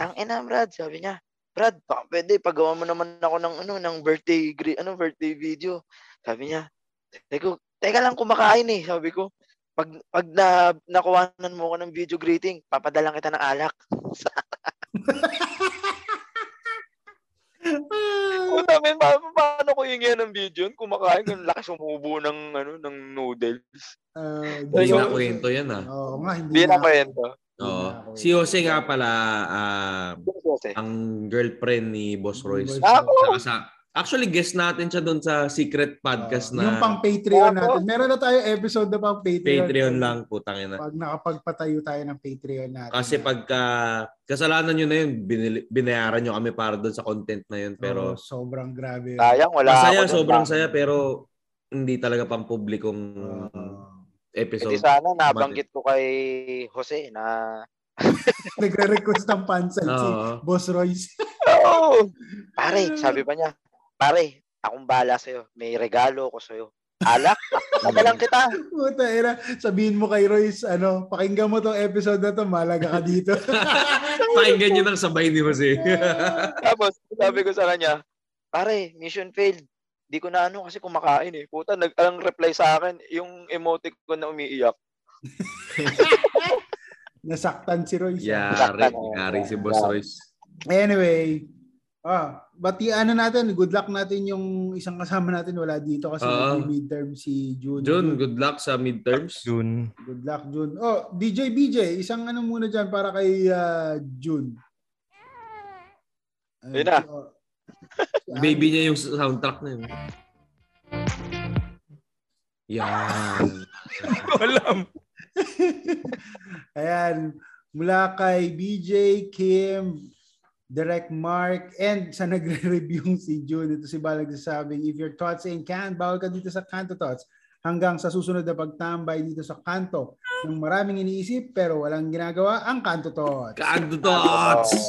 H: Ang ina, Brad, sabi niya. Brad, baka pwede paggawa mo naman ako ng ano, ng birthday gre- ano, birthday video. Sabi niya. Sabi ko, teka lang kumakain eh, sabi ko. Pag pag na nakuwanan mo ako ng video greeting, papadala kita ng alak.
C: Ah,
H: Oh, namin, pa, paano ko yung ng video yun? Kumakain, ganun lakas umubo ng, ano, ng noodles.
C: ah,
B: Hindi
C: so-
B: na kwento yan ah.
C: Oo nga, hindi
H: Hindi na
C: na-
H: kwento.
B: Oo. Si Jose nga pala ah,
H: eh.
B: ang girlfriend ni Boss Royce. Saka
H: Ako,
B: sa- actually, guest natin siya doon sa secret podcast
C: Yung
B: na
C: pang Patreon
H: Oo.
C: natin. Meron na tayo episode na pang Patreon.
B: Patreon lang, putang ina.
C: Pag nakapagpatayo tayo ng Patreon natin.
B: Kasi pagka kasalanan nyo na yun, binili- binayaran nyo kami para doon sa content na yun.
C: pero
B: Pero
C: sobrang grabe. yun.
H: sayang, wala
B: masaya,
H: ako ah. dun.
B: sobrang saya, pero hindi talaga pang publikong
C: Ah. Oo.
B: episode.
H: Hindi sana nabanggit ko kay Jose na
C: nagre-request ng pansal si
B: Oo.
C: Boss Royce.
H: Oo. Pare, sabi pa niya, pare, akong bala sa'yo. May regalo ko sa'yo. Alak, padalang kita.
C: Puta era, sabihin mo kay Royce, ano, pakinggan mo tong episode na to, malaga ka dito.
B: Pakinggan nyo ng sabay ni Jose.
H: Tapos, sabi ko sa kanya, pare, mission failed. Di ko na ano kasi kumakain eh. Puta, nag ang reply sa akin, yung emoticon na umiiyak.
C: Nasaktan si Royce.
B: Yari, yari si Boss Royce.
C: Anyway, ah, batian na natin, good luck natin yung isang kasama natin wala dito kasi
B: Oo.
C: may midterm si June.
B: Jun, good luck sa midterms.
I: June.
C: Good luck June. Oh, DJ BJ, isang ano muna diyan para kay ah, June. Ayun,
H: Ayun na.
C: si- oh, si
B: Baby niya yung soundtrack na yun. Yan.
I: Hindi ko alam.
C: Ayan. Mula kay BJ, Kim, Direct Mark, and sa nagre-review si June. Ito si Bal nagsasabing, if your thoughts in can, bawal ka dito sa Kanto Thoughts. Hanggang sa susunod na pagtambay dito sa Kanto. Nang maraming iniisip pero walang ginagawa, ang Kanto Thoughts.
B: Kaanto thoughts!